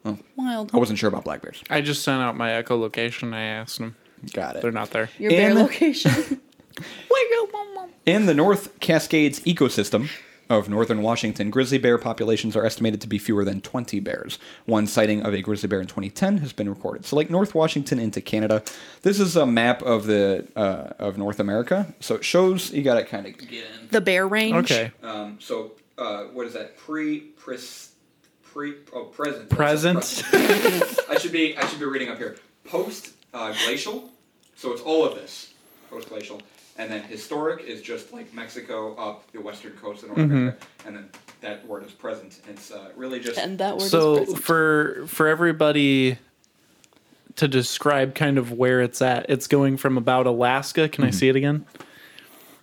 S1: Nope.
S2: Wild.
S3: I
S1: Oh,
S3: wasn't sure about black bears.
S1: I just sent out my echolocation. I asked them.
S3: Got it.
S1: They're not there.
S2: Your bear
S3: in-
S2: location.
S3: In the North Cascades ecosystem of northern Washington, grizzly bear populations are estimated to be fewer than 20 bears. One sighting of a grizzly bear in 2010 has been recorded. So, like North Washington into Canada, this is a map of the uh, of North America. So it shows you got to kind of get in.
S2: the bear range.
S1: Okay.
S3: Um, so uh, what is that? Pre pres pre oh present
S1: Present.
S3: I should be I should be reading up here. Post uh, glacial, so it's all of this. Post glacial, and then historic is just like Mexico up the western coast of North America, and then that word is present. It's uh, really just
S2: And that word is
S1: so
S2: present.
S1: for for everybody to describe kind of where it's at it's going from about alaska can i see it again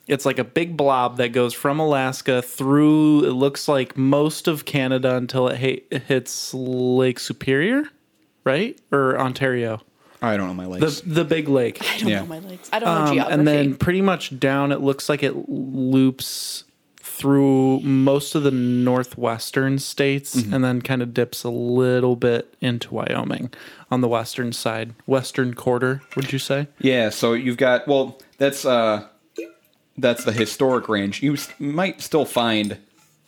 S1: it's like a big blob that goes from alaska through it looks like most of canada until it ha- hits lake superior right or ontario
S3: I don't know my
S1: the
S3: legs.
S1: the big lake
S2: I don't
S3: yeah.
S2: know my legs. I don't know
S1: um,
S2: geography.
S1: and then pretty much down it looks like it loops through most of the northwestern states and then kind of dips a little bit into wyoming on the western side western quarter would you say
S3: yeah, so you've got well that's uh that's the historic range. You s- might still find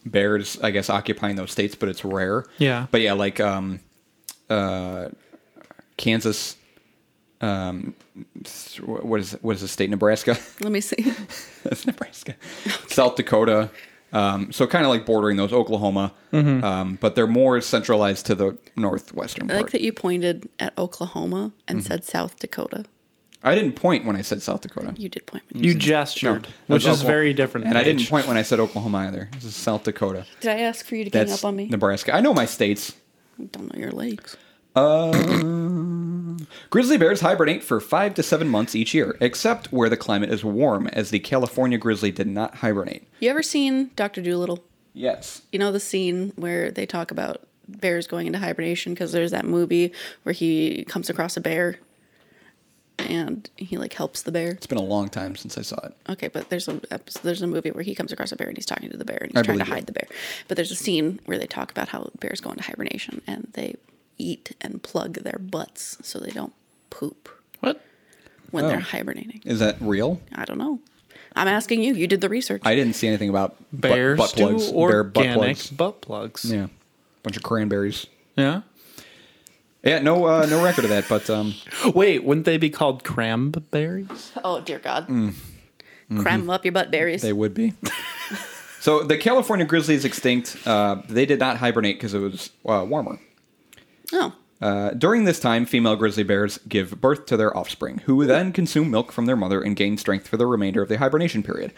S3: bears, I guess, occupying those states, but it's rare.
S1: Yeah.
S3: But yeah, like um, uh, Kansas. Um, th- wh- what is what is the state? Nebraska.
S2: Let me see.
S3: That's Nebraska. South Dakota. Um, so kind of like bordering those Oklahoma, um, but they're more centralized to the northwestern
S2: I
S3: part.
S2: like that you pointed at Oklahoma and
S1: Mm-hmm.
S2: said South Dakota.
S3: I didn't point when I said South Dakota,
S2: You did point.
S1: you gestured which
S3: That's
S1: is
S3: Oklahoma.
S1: very different
S3: and
S1: than
S3: I didn't
S1: H.
S3: point when I said Oklahoma either. This is South Dakota.
S2: Did I ask for you to gang
S3: That's
S2: up on me?
S3: Nebraska. I know my states.
S2: I don't know your legs.
S3: Grizzly bears hibernate for five to seven months each year, except where the climate is warm, as the California grizzly did not hibernate.
S2: You ever seen Doctor Doolittle?
S3: Yes.
S2: You know the scene where they talk about bears going into hibernation because there's that movie where he comes across a bear and he like helps the bear.
S3: It's been a long time since I saw it.
S2: Okay, but there's a episode, there's a movie where he comes across a bear and he's talking to the bear and he's
S3: I
S2: trying to
S3: believe it.
S2: hide the bear. But there's a scene where they talk about how bears go into hibernation and they eat and plug their butts so they don't poop
S1: what
S2: when
S3: Oh.
S2: they're hibernating.
S3: Is that real?
S2: I don't know. I'm asking you. You did the research.
S3: I didn't see anything about butt-
S1: bears
S3: butt
S1: do
S3: plugs. bear
S1: organic
S3: butt plugs.
S1: yeah,
S3: Yeah. Bunch of cranberries.
S1: yeah?
S3: Yeah, no uh, no record of that, but um,
S1: Wait, wouldn't they be called cranberries?
S2: oh dear God. Cram up your butt berries.
S3: Mm. Mm-hmm. they would be. so the California grizzly is extinct. Uh, they did not hibernate because it was uh, warmer.
S2: oh,
S3: Uh, during this time, female grizzly bears give birth to their offspring, who then consume milk from their mother and gain strength for the remainder of the hibernation period.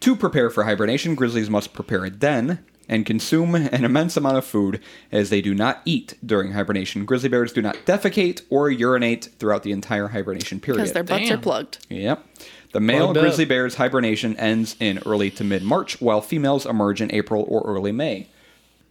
S3: To prepare for hibernation, grizzlies must prepare a den and consume an immense amount of food, as they do not eat during hibernation. Grizzly bears do not defecate or urinate throughout the entire hibernation
S2: because
S3: period.
S2: their butts are
S1: Damn.
S2: plugged.
S3: Yep. The male
S1: Plugged up.
S3: grizzly bear's hibernation ends in early to mid March, while females emerge in April or early May.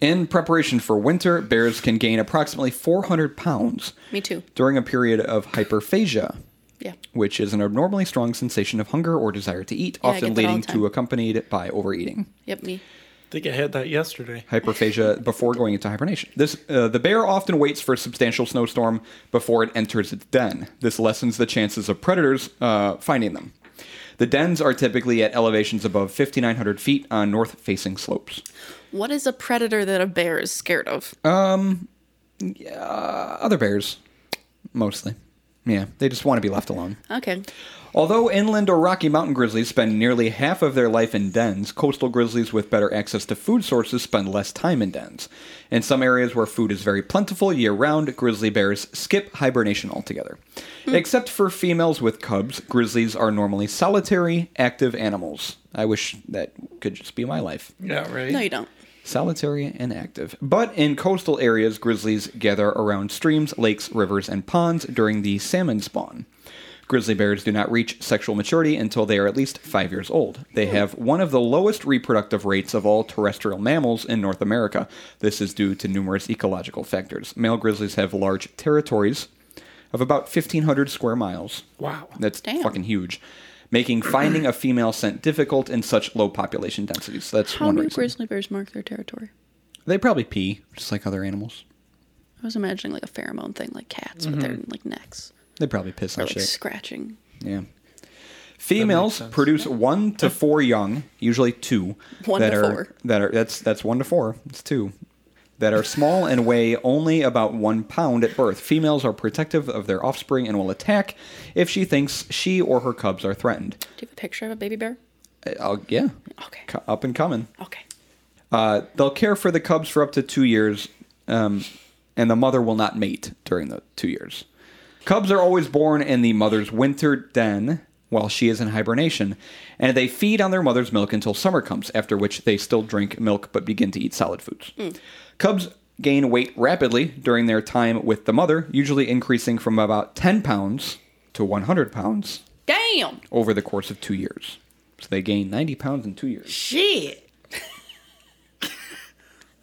S3: In preparation for winter, bears can gain approximately 400 pounds
S2: Me too.
S3: during a period of hyperphagia,
S2: Yeah.
S3: which is an abnormally strong sensation of hunger or desire to eat,
S2: Yeah, I
S3: often
S2: get that all
S3: leading
S2: the
S3: to
S2: time.
S3: accompanied by overeating
S2: Yep. Me.
S1: I think I had that yesterday.
S3: hyperphagia before going into hibernation. This uh, the bear often waits for a substantial snowstorm before it enters its den. This lessens the chances of predators uh, finding them. The dens are typically at elevations above 5,900 feet on north-facing slopes.
S2: What is a predator that a bear
S3: Uh,
S2: is scared of?
S3: Other bears, mostly. Yeah, they just want to be left alone.
S2: Okay.
S3: Although inland or Rocky Mountain grizzlies spend nearly half of their life in dens, coastal grizzlies with better access to food sources spend less time in dens. In some areas where food is very plentiful year round, grizzly bears skip hibernation altogether. Except for females with cubs, grizzlies are normally solitary, active animals. I wish that could just be my life
S1: Yeah, right.
S2: No, you don't.
S3: solitary and active. But in coastal areas, grizzlies gather around streams, lakes, rivers, and ponds during the salmon spawn. Grizzly bears do not reach sexual maturity until they are at least five years old. They have one of the lowest reproductive rates of all terrestrial mammals in North America. This is due to numerous ecological factors. Male grizzlies have large territories of about 1,500 square miles.
S1: Wow.
S3: That's
S2: Damn.
S3: fucking huge. Making finding a female scent difficult in such low population densities. That's
S2: How
S3: one
S2: do
S3: reason.
S2: grizzly bears mark their territory?
S3: They probably pee, just like other animals.
S2: I was imagining like a pheromone thing, like cats with
S3: Mm-hmm.
S2: their like necks
S3: They probably piss
S2: or
S3: on
S2: like
S3: shit.
S2: scratching.
S3: yeah. Females
S1: sense.
S3: produce one to four young, usually two.
S2: One
S3: that
S2: to
S3: are,
S2: four.
S3: That are that's that's one to four. It's two. That are small and weigh only about one pound at birth. Females are protective of their offspring and will attack if she thinks she or her cubs are threatened. Uh,
S2: Do you have a picture of a baby bear?
S3: I'll, yeah.
S2: Okay.
S3: Co- Up and coming.
S2: Okay.
S3: Uh, they'll care for the cubs for up to two years, um, and the mother will not mate during the two years. Cubs are always born in the mother's winter den while she is in hibernation, and they feed on their mother's milk until summer comes, after which they still drink milk but begin to eat solid foods. Cubs gain weight rapidly during their time with the mother, usually increasing from about 10 pounds to 100 pounds
S2: Damn.
S3: over the course of two years. So they gain 90 pounds in two years.
S1: Shit.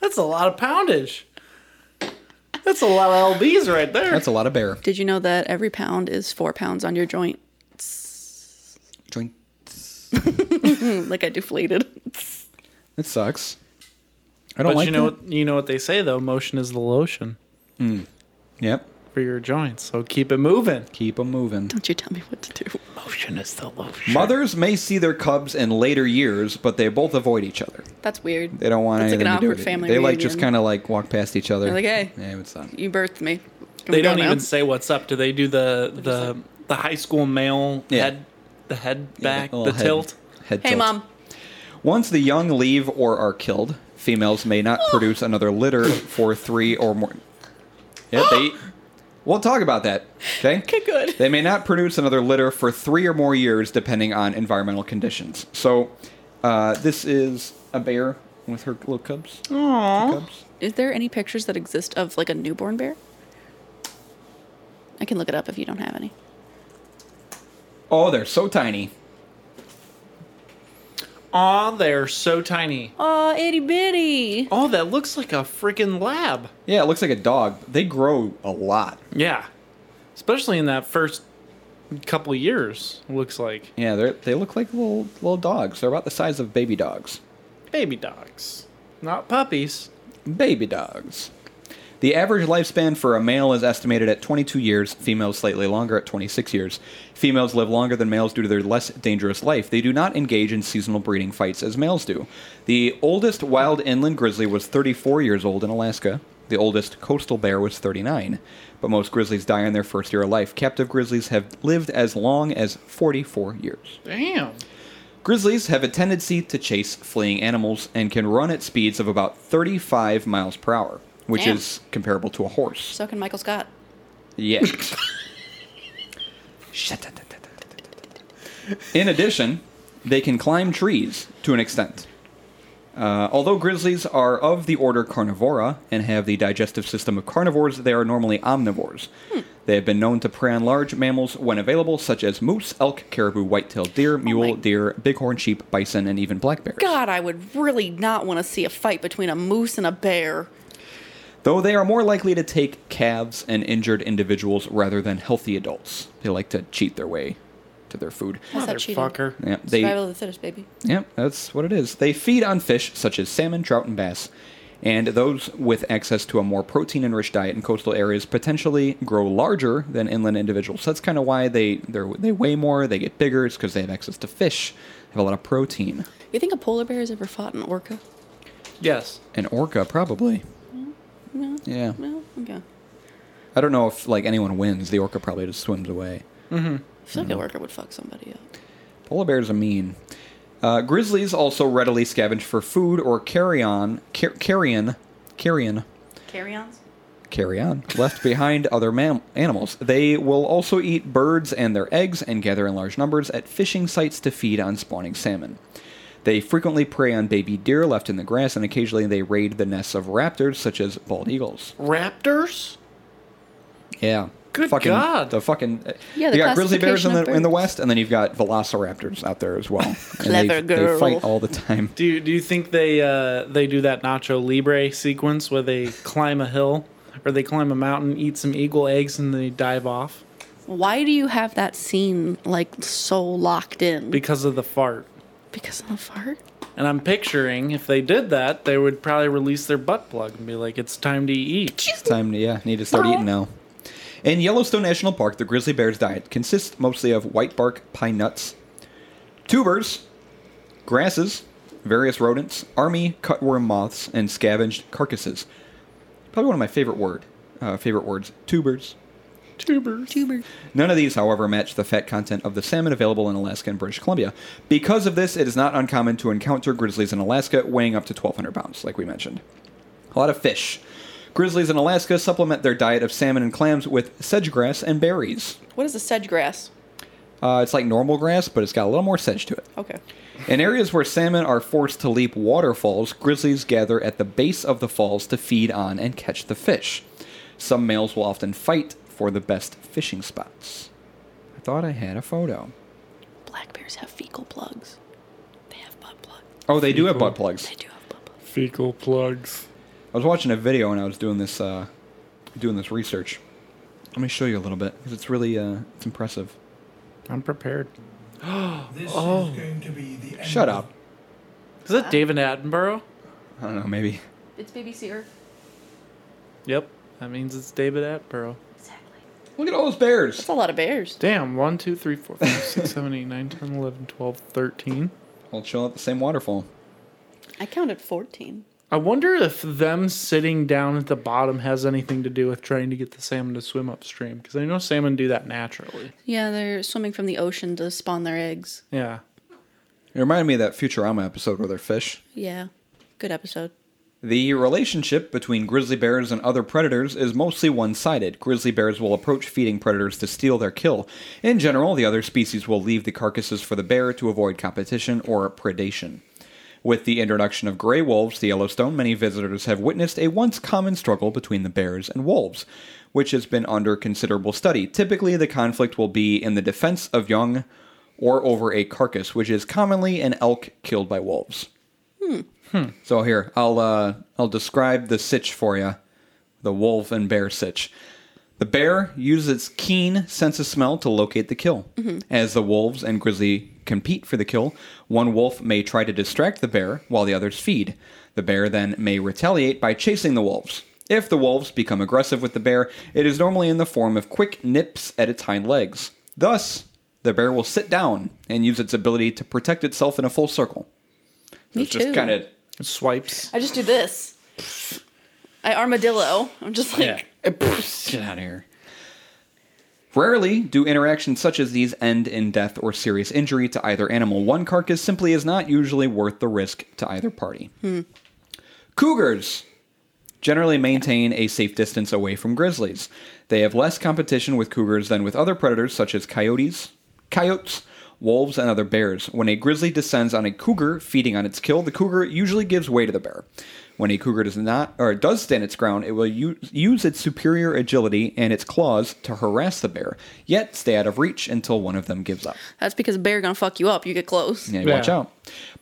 S1: That's a lot of poundage. That's a lot of lbs right there.
S3: That's a lot of bear.
S2: Did you know that every pound is four pounds on your joint?
S3: Join
S2: like I deflated.
S3: It sucks. I don't
S1: but
S3: like
S1: you know,
S3: that.
S1: what, you know what they say though: motion is the lotion
S3: Yep.
S1: for your joints. So keep it moving.
S3: Keep them moving.
S2: Don't you tell me what to do.
S1: Motion is the lotion.
S3: Mothers may see their cubs in later years, but they both avoid each other.
S2: That's weird.
S3: They don't want
S2: It's like
S3: anything
S2: an
S3: to do
S2: awkward
S3: with it.
S2: family
S3: They like just
S2: reunion.
S3: kind of like walk past each other.
S2: They're like, "Hey."
S3: Yeah, what's up?
S2: You birthed me.
S1: They don't even
S2: say.
S1: say what's up. Do they do the the the high school male
S3: Yeah.
S1: head the head back
S3: Yeah,
S1: the
S3: little head-
S1: tilt?
S3: head
S2: Hey,
S3: tilt.
S2: mom.
S3: Once the young leave or are killed, females may not produce another litter for three or more. Yeah, they. We'll talk about that. Okay.
S2: Okay, good.
S3: They may not produce another litter for three or more years, depending on environmental conditions. So, uh, this is a bear with her little cubs.
S2: Oh.
S3: Two cubs.
S2: Is there any pictures that exist of like a newborn bear? I can look it up if you don't have any.
S3: Oh, they're so tiny.
S1: Aw, they're so tiny.
S2: Oh, itty bitty.
S1: Oh, that looks like a freaking lab.
S3: Yeah, it looks like a dog. They grow a lot.
S1: Yeah, especially in that first couple years. Looks like
S3: Yeah, they they look like little little dogs. They're about the size of baby dogs.
S1: baby dogs, not puppies.
S3: Baby dogs. The average lifespan for a male is estimated at 22 years, females slightly longer at 26 years. Females live longer than males due to their less dangerous life. They do not engage in seasonal breeding fights as males do. The oldest wild inland grizzly was 34 years old in Alaska. The oldest coastal bear was 39. But most grizzlies die in their first year of life. Captive grizzlies have lived as long as 44 years.
S1: Damn.
S3: Grizzlies have a tendency to chase fleeing animals and can run at speeds of about 35 miles per hour, which
S2: Damn.
S3: is comparable to a horse.
S2: So can Michael Scott.
S3: Yeah. In addition, they can climb trees to an extent. Uh, although grizzlies are of the order carnivora and have the digestive system of carnivores, they are normally omnivores. They have been known to prey on large mammals when available, such as moose, elk, caribou, white-tailed deer, mule, deer, bighorn sheep, bison, and even black bears.
S2: God, I would really not want to see a fight between a moose and a bear.
S3: Though they are more likely to take calves and injured individuals rather than healthy adults. They like to cheat their way to their food.
S2: How's that cheating?
S1: Motherfucker.
S3: Yeah, they,
S2: Survival of the fittest, baby.
S3: Yep, that's what it is. They feed on fish such as salmon, trout, and bass, and those with access to a more protein enriched diet in coastal areas potentially grow larger than inland individuals. So that's kind of why they they're, they weigh more, they get bigger. It's because they have access to fish, have a lot of protein.
S2: You think a polar bear has ever fought an orca?
S1: Yes.
S3: An orca, probably. Yeah.
S2: No? Okay.
S3: I don't know if like anyone wins. The orca probably just swims away.
S2: I feel like a worker would fuck somebody up.
S3: Polar bears are mean. Uh, grizzlies also readily scavenge for food or carrion, car- carrion, carrion,
S2: Carry-ons?
S3: carrion left behind other mam- animals. They will also eat birds and their eggs and gather in large numbers at fishing sites to feed on spawning salmon. They frequently prey on baby deer left in the grass, and occasionally they raid the nests of raptors, such as bald eagles.
S1: Raptors?
S3: Yeah.
S1: Good
S3: fucking,
S1: God.
S3: The fucking uh,
S2: Yeah, the
S3: you got grizzly bears
S2: classification
S3: in the
S2: of
S3: in the
S2: birds.
S3: west, and then you've got velociraptors out there as well. And
S2: Clever
S3: they,
S2: girl.
S3: They fight all the time.
S1: Do you, do you think they uh, they do that Nacho Libre sequence where they climb a hill or they climb a mountain, eat some eagle eggs, and they dive off
S2: Why do you have that scene like so locked in?
S1: because of the fart?
S2: because of the fart?
S1: And I'm picturing if they did that, they would probably release their butt plug and be like, "It's time to eat."
S3: It's time to yeah, need to start eating now. In Yellowstone National Park, the grizzly bear's diet consists mostly of white bark pine nuts, tubers, grasses, various rodents, army cutworm moths, and scavenged carcasses. Probably one of my favorite word, uh, favorite words, tubers.
S1: Tubers.
S2: Tuber.
S3: None of these, however, match the fat content of the salmon available in Alaska and British Columbia. Because of this, it is not uncommon to encounter grizzlies in Alaska weighing up to 1,200 pounds, like we mentioned. A lot of fish. Grizzlies in Alaska supplement their diet of salmon and clams with sedgegrass and berries.
S2: What is the sedge grass?
S3: Uh, it's like normal grass, but it's got a little more sedge to it.
S2: Okay.
S3: In areas where salmon are forced to leap waterfalls, grizzlies gather at the base of the falls to feed on and catch the fish. Some males will often fight for the best fishing spots. I thought I had a photo.
S2: Black bears have fecal plugs. They have butt plugs.
S3: Oh, they do have
S1: Fecal.
S3: butt plugs.
S2: They do have butt plugs.
S1: Fecal plugs.
S3: I was watching a video when I was doing this, uh, doing this research. Let me show you a little bit because it's really, uh, it's impressive.
S1: I'm prepared.
S4: This
S1: Oh.
S4: is going to be the end
S3: Shut
S4: of
S3: up.
S1: Is that David Attenborough?
S3: I don't know, maybe.
S2: It's BBC Earth.
S1: Yep, that means it's David Attenborough.
S2: Exactly.
S3: Look at all those bears.
S2: That's a lot of bears.
S1: Damn, 1, 2, 3, 4, 5, 6, 7, 8, 9, 10, 11, 12, 13.
S3: All chill at the same waterfall.
S2: I counted 14.
S1: I wonder if them sitting down at the bottom has anything to do with trying to get the salmon to swim upstream because I know salmon do that naturally.
S2: Yeah, they're swimming from the ocean to spawn their eggs.
S1: Yeah.
S3: It reminded me of that Futurama episode where they're fish.
S2: Yeah. Good episode.
S3: The relationship between grizzly bears and other predators is mostly one sided. Grizzly bears will approach feeding predators to steal their kill. In general, the other species will leave the carcasses for the bear to avoid competition or predation. With the introduction of gray wolves to Yellowstone, many visitors have witnessed a once common struggle between the bears and wolves, which has been under considerable study. Typically, the conflict will be in the defense of young or over a carcass, which is commonly an elk killed by wolves. So here, I'll uh, I'll describe the sitch for you, the wolf and bear sitch. The bear uses its keen sense of smell to locate the kill. As the wolves and grizzly compete for the kill, one wolf may try to distract the bear while the others feed. The bear then may retaliate by chasing the wolves. If the wolves become aggressive with the bear, it is normally in the form of quick nips at its hind legs. Thus, the bear will sit down and use its ability to protect itself in a full circle.
S2: Me
S3: It's just
S2: too.
S3: kind of
S1: Swipes.
S2: I just do this. I armadillo. I'm just like,
S3: Get out of here. Rarely do interactions such as these end in death or serious injury to either animal. One carcass simply is not usually worth the risk to either party. Cougars generally maintain a safe distance away from grizzlies. They have less competition with cougars than with other predators such as coyotes, coyotes, wolves, and other bears. When a grizzly descends on a cougar feeding on its kill, the cougar usually gives way to the bear. When a cougar does not or does stand its ground, it will u- use its superior agility and its claws to harass the bear, yet stay out of reach until one of them gives up.
S2: that's because a bear gonna fuck you up. You get close.
S3: Yeah,
S1: Yeah.
S3: watch out.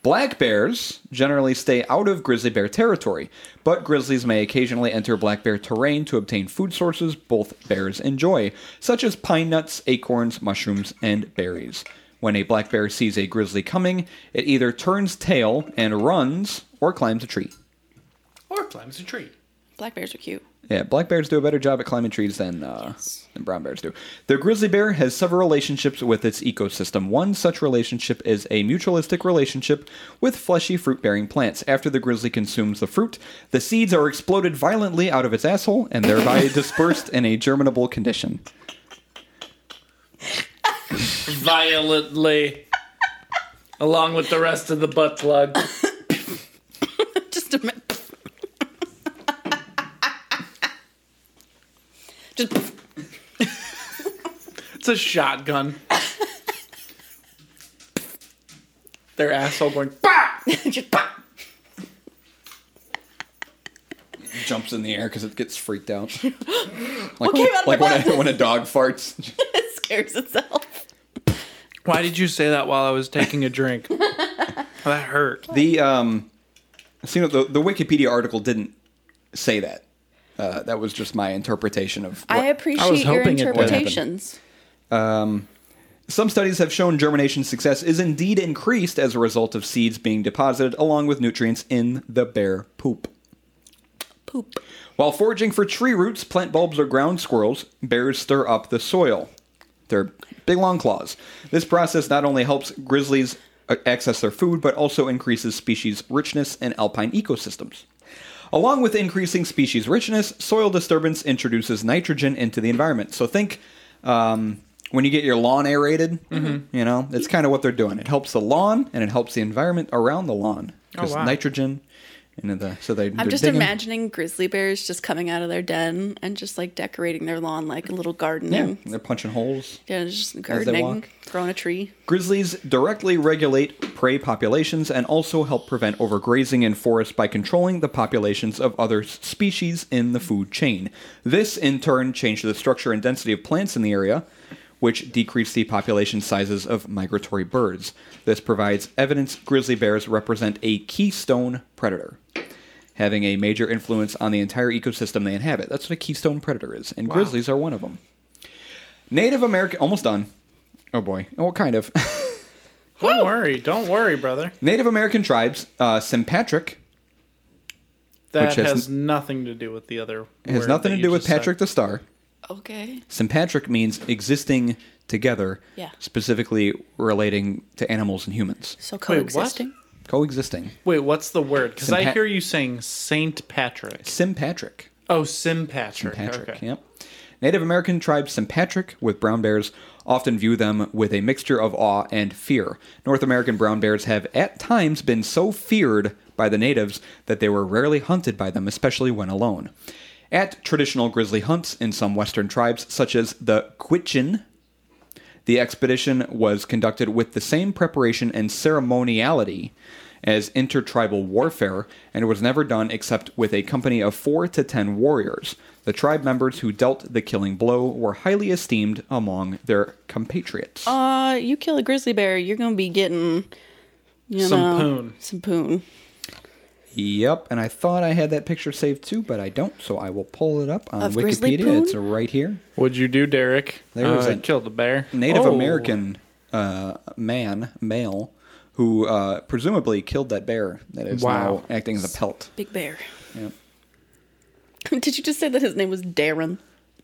S3: Black bears generally stay out of grizzly bear territory, but grizzlies may occasionally enter black bear terrain to obtain food sources both bears enjoy, such as pine nuts, acorns, mushrooms, and berries. When a black bear sees a grizzly coming, it either turns tail and runs or climbs a tree.
S1: Or climbs a tree.
S2: Black bears are cute.
S3: Yeah, black bears do a better job at climbing trees than uh, than brown bears do. The grizzly bear has several relationships with its ecosystem. One such relationship is a mutualistic relationship with fleshy fruit-bearing plants. After the grizzly consumes the fruit, the seeds are exploded violently out of its asshole and thereby dispersed in a germinable condition.
S5: violently along with the rest of the butt plug.
S2: Just a minute. Just
S1: It's a shotgun. Their asshole going.
S3: Jumps in the air because it gets freaked out. Like,
S2: came out of
S3: like
S2: my
S3: when,
S2: butt?
S3: a, when a dog farts.
S2: it scares itself.
S1: Why did you say that while I was taking a drink? that hurt.
S3: The um, so, you know, the, the Wikipedia article didn't say that. Uh, that was just my interpretation of.
S2: I
S3: what-
S2: appreciate your
S1: hoping it would.
S2: interpretations.
S3: Some studies have shown germination success is indeed increased as a result of seeds being deposited along with nutrients in the bear poop.
S2: Poop.
S3: While foraging for tree roots, plant bulbs, or ground squirrels, bears stir up the soil. They're big, long claws. This process not only helps grizzlies uh, access their food, but also increases species richness in alpine ecosystems. Along with increasing species richness, soil disturbance introduces nitrogen into the environment. So think um, when you get your lawn aerated, you know, it's kind of what they're doing. It helps the lawn and it helps the environment around the lawn. Because
S1: wow.
S3: nitrogen into the so they
S2: I'm just imagining grizzly bears just coming out of their den and just like decorating their lawn like a little
S3: Yeah,
S2: gardening.
S3: they're punching holes.
S2: Yeah, just gardening,
S3: walk.
S2: growing a tree.
S3: Grizzlies directly regulate prey populations and also help prevent overgrazing in forests by controlling the populations of other s- species in the food chain. This, in turn, changed the structure and density of plants in the area, which decreased the population sizes of migratory birds. This provides evidence grizzly bears represent a keystone predator, having a major influence on the entire ecosystem they inhabit. That's what a keystone predator is, and grizzlies are one of them. Native American, almost done. Oh boy. Well, kind of.
S1: Don't worry. Don't worry, brother.
S3: Native American tribes, uh, Simpatrick
S1: That
S3: Which
S1: has,
S3: has
S1: nothing to do with the other.
S3: has
S1: word that
S3: nothing to
S1: you
S3: do with
S1: just said.
S3: Patrick the Star.
S2: Okay.
S3: Simpatrick means existing together,
S2: Yeah.
S3: specifically relating to animals and humans.
S2: So
S1: what?
S2: coexisting.
S3: Coexisting.
S1: Wait, what's the word? Because I
S3: Simpa-
S1: hear you saying Saint Patrick.
S3: Simpatrick.
S1: Oh, Sim Patrick.
S3: Patrick.
S1: okay.
S3: Yep. Native American tribes Simpatrick with brown bears often view them with a mixture of awe and fear. North American brown bears have at times been so feared by the natives that they were rarely hunted by them, especially when alone. At traditional grizzly hunts in some western tribes, such as the Quichin, the expedition was conducted with the same preparation and ceremoniality as intertribal warfare and was never done except with a company of four to ten warriors. The tribe members who dealt the killing blow were highly esteemed among their compatriots.
S2: Uh, you kill a grizzly bear, you're gonna be getting, you
S1: Some
S2: know,
S1: poon.
S2: Some poon.
S3: Yep, and I thought I had that picture saved too, but I don't, so I will pull it up on
S2: Of grizzly
S3: Wikipedia.
S2: poon?
S3: It's right here.
S1: What'd you do, Derek?
S3: There was
S1: uh,
S3: a-
S1: killed the bear.
S3: Native
S1: Oh.
S3: American uh, man, male, who uh, presumably killed that bear that is
S1: Wow.
S3: now acting as a pelt.
S2: Big bear.
S3: Yep.
S2: Did you just say that his name was Darren?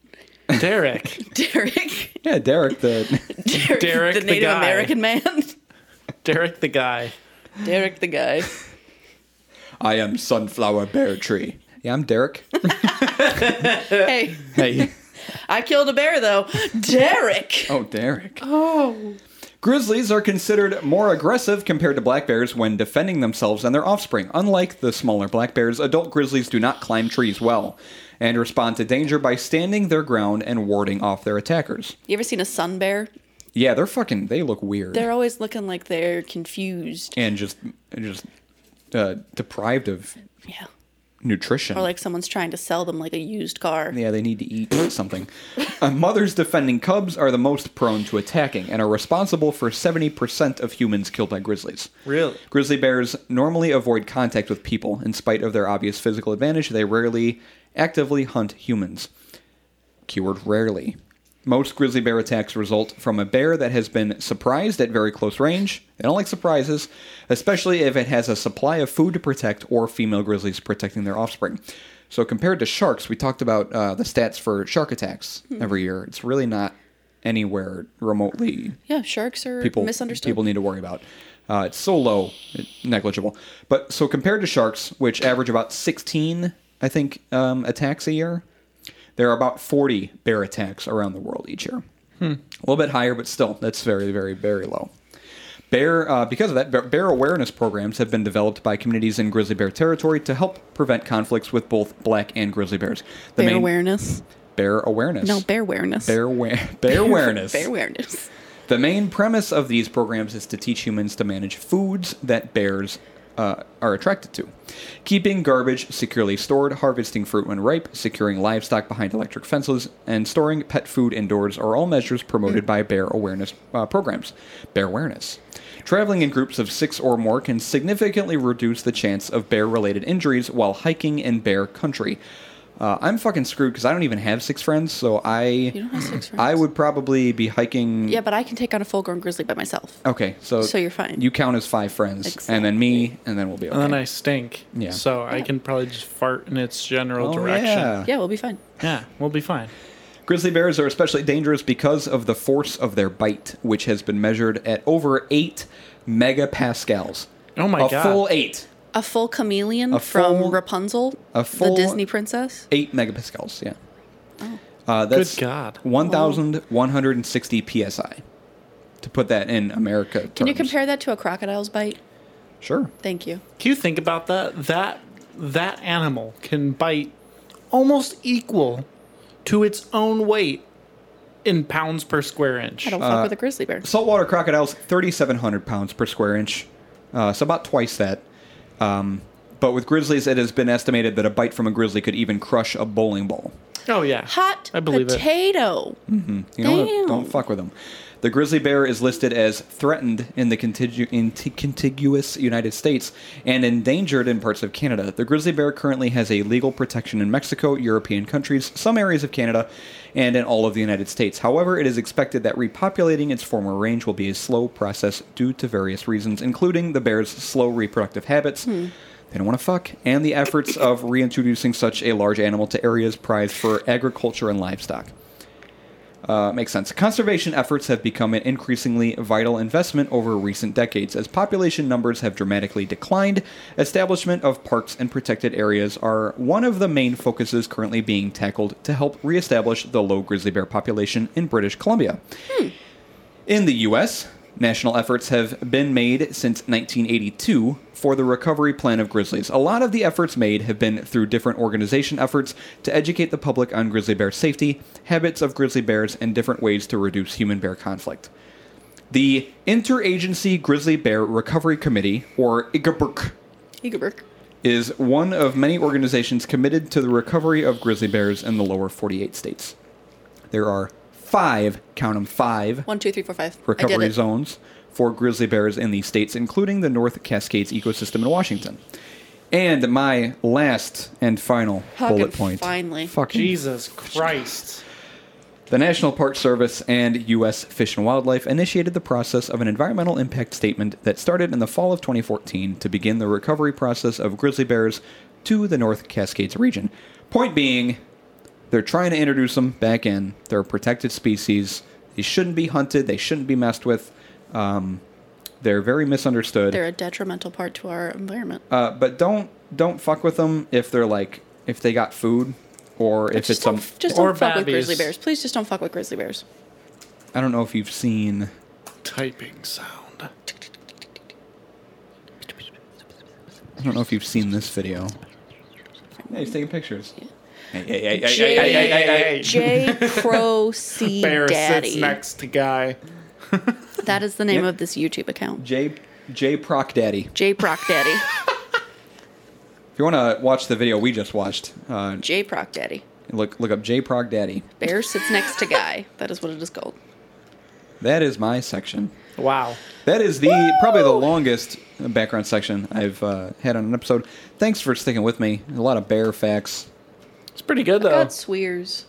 S1: Derek.
S2: Derek.
S3: Yeah, Derek, the
S2: Derek,
S1: Derek
S2: the
S1: the
S2: Native
S1: guy.
S2: American man.
S1: Derek the guy.
S2: Derek the guy.
S3: I am sunflower bear tree. Yeah, I'm Derek.
S2: Hey,
S3: hey.
S2: I killed a bear though. Derek.
S3: Oh, Derek. Oh. Grizzlies are considered more aggressive compared to black bears when defending themselves and their offspring. Unlike the smaller black bears, adult grizzlies do not climb trees well and respond to danger by standing their ground and warding off their attackers.
S2: You ever seen a sun bear?
S3: Yeah, they're fucking they look weird
S2: They're always looking like they're confused.
S3: and just and just uh, deprived of
S2: Yeah.
S3: nutrition.
S2: Or like someone's trying to sell them like a used car.
S3: Yeah, they need to eat something. Uh, mothers defending cubs are the most prone to attacking and are responsible for 70% of humans killed by grizzlies.
S1: Really?
S3: Grizzly bears normally avoid contact with people. In spite of their obvious physical advantage, they rarely actively hunt humans. Keyword rarely. Most grizzly bear attacks result from a bear that has been surprised at very close range. They don't like surprises, especially if it has a supply of food to protect or female grizzlies protecting their offspring. So compared to sharks, we talked about uh, the stats for shark attacks every year. It's really not anywhere remotely
S2: Yeah, sharks are
S3: people
S2: misunderstood.
S3: people need to worry about. Uh, it's so low, negligible. But so compared to sharks, which average about 16, I think, um, attacks a year, there are about 40 bear attacks around the world each year. A little bit higher, but still, that's very, very, very low. Bear, uh, because of that, bear- bear awareness programs have been developed by communities in grizzly bear territory to help prevent conflicts with both black and grizzly bears. The
S2: bear
S3: main-
S2: awareness.
S3: bear awareness.
S2: No, bear awareness.
S3: Bear, aware- bear awareness.
S2: bear awareness.
S3: The main premise of these programs is to teach humans to manage foods that bears uh, are attracted to. Keeping garbage securely stored, harvesting fruit when ripe, securing livestock behind electric fences, and storing pet food indoors are all measures promoted by bear awareness uh, programs. Bear awareness. Traveling in groups of six or more can significantly reduce the chance of bear related injuries while hiking in bear country. Uh, I'm fucking screwed because I don't even have six friends, so I
S2: You don't have six friends.
S3: I would probably be hiking
S2: Yeah, but I can take on a full-grown grizzly by myself.
S3: Okay, so
S2: So you're fine.
S3: You count as five friends, and then me, and then we'll be okay.
S1: And then I stink.
S3: Yeah.
S1: So I can probably just fart in its general
S3: Oh,
S1: direction.
S3: yeah.
S2: Yeah, we'll be fine.
S1: yeah, we'll be fine.
S3: Grizzly bears are especially dangerous because of the force of their bite, which has been measured at over eight megapascals.
S1: Oh my
S3: a
S1: God.
S3: A full eight,
S2: A full chameleon
S3: A
S2: from
S3: full-
S2: Rapunzel,
S3: a full-
S2: the Disney princess.
S3: eight megapascals. Yeah.
S2: Oh.
S3: Uh, that's
S1: Good God.
S3: One thousand one hundred and sixty psi. To put that in America.
S2: Can you compare that to a crocodile's bite?
S3: Sure.
S2: Thank you.
S1: Can you think about that? That that animal can bite almost equal to its own weight in pounds per square inch.
S2: I don't
S3: Uh,
S2: fuck with a grizzly bear.
S3: Saltwater crocodiles, 3,700 pounds per square inch, uh, so about twice that. Um, but with grizzlies, it has been estimated that a bite from a grizzly could even crush a bowling ball.
S1: Oh yeah.
S2: Hot
S1: I believe it.
S2: potato.
S3: You know, what?
S2: Damn.
S3: don't fuck with them. The grizzly bear is listed as threatened in the contigu- in t- contiguous United States and endangered in parts of Canada. The grizzly bear currently has a legal protection in Mexico, European countries, some areas of Canada, and in all of the United States. However, it is expected that repopulating its former range will be a slow process due to various reasons, including the bear's slow reproductive habits. They don't want to fuck, and the efforts of reintroducing such a large animal to areas prized for agriculture and livestock. Uh, makes sense. Conservation efforts have become an increasingly vital investment over recent decades. As population numbers have dramatically declined, establishment of parks and protected areas are one of the main focuses currently being tackled to help reestablish the low grizzly bear population in British Columbia. In the U.S., national efforts have been made since 1982 for the recovery plan of grizzlies. A lot of the efforts made have been through different organization efforts to educate the public on grizzly bear safety, habits of grizzly bears, and different ways to reduce human bear conflict. The Interagency Grizzly Bear Recovery Committee, or IGBRC,
S2: Egerberg.
S3: is one of many organizations committed to the recovery of grizzly bears in the lower 48 states. There are five, count them five,
S2: One, two, three, four, five. I
S3: recovery
S2: did it.
S3: zones for grizzly bears in these states, including the North Cascades ecosystem in Washington. And my last and final
S2: Fucking
S3: bullet point.
S2: finally.
S3: Fucking
S1: Jesus Christ.
S3: the National Park Service and U.S. Fish and Wildlife initiated the process of an environmental impact statement that started in the fall of 2014 to begin the recovery process of grizzly bears to the North Cascades region. Point being, they're trying to introduce them back in. They're a protected species. They shouldn't be hunted. They shouldn't be messed with. Um, they're very misunderstood.
S2: They're a detrimental part to our environment.
S3: Uh, but don't don't fuck with them if they're like if they got food or if
S2: just
S3: it's
S2: don't,
S3: some.
S2: just
S1: or
S2: don't fuck with
S1: babbies.
S2: grizzly bears. Please just don't fuck with grizzly bears.
S3: I don't know if you've seen.
S1: Typing sound.
S3: I don't know if you've seen this video. Yeah, he's taking pictures. Hey, hey, hey, hey,
S2: Jay-
S3: hey, hey, hey, hey, hey.
S2: J Pro C
S1: Bear sits
S2: Daddy.
S1: next to guy.
S2: That is the name
S3: Yep.
S2: of this YouTube account.
S3: Jay, Jay Proc Daddy.
S2: J Proc Daddy.
S3: If you want to watch the video we just watched, uh,
S2: J Proc Daddy.
S3: look look up Jay Proc Daddy.
S2: Bear sits next to guy. That is what it is called.
S3: That is my section.
S1: Wow.
S3: That is the probably the longest background section I've uh, had on an episode. Thanks for sticking with me. A lot of bear facts.
S1: It's pretty good though.
S2: God swears.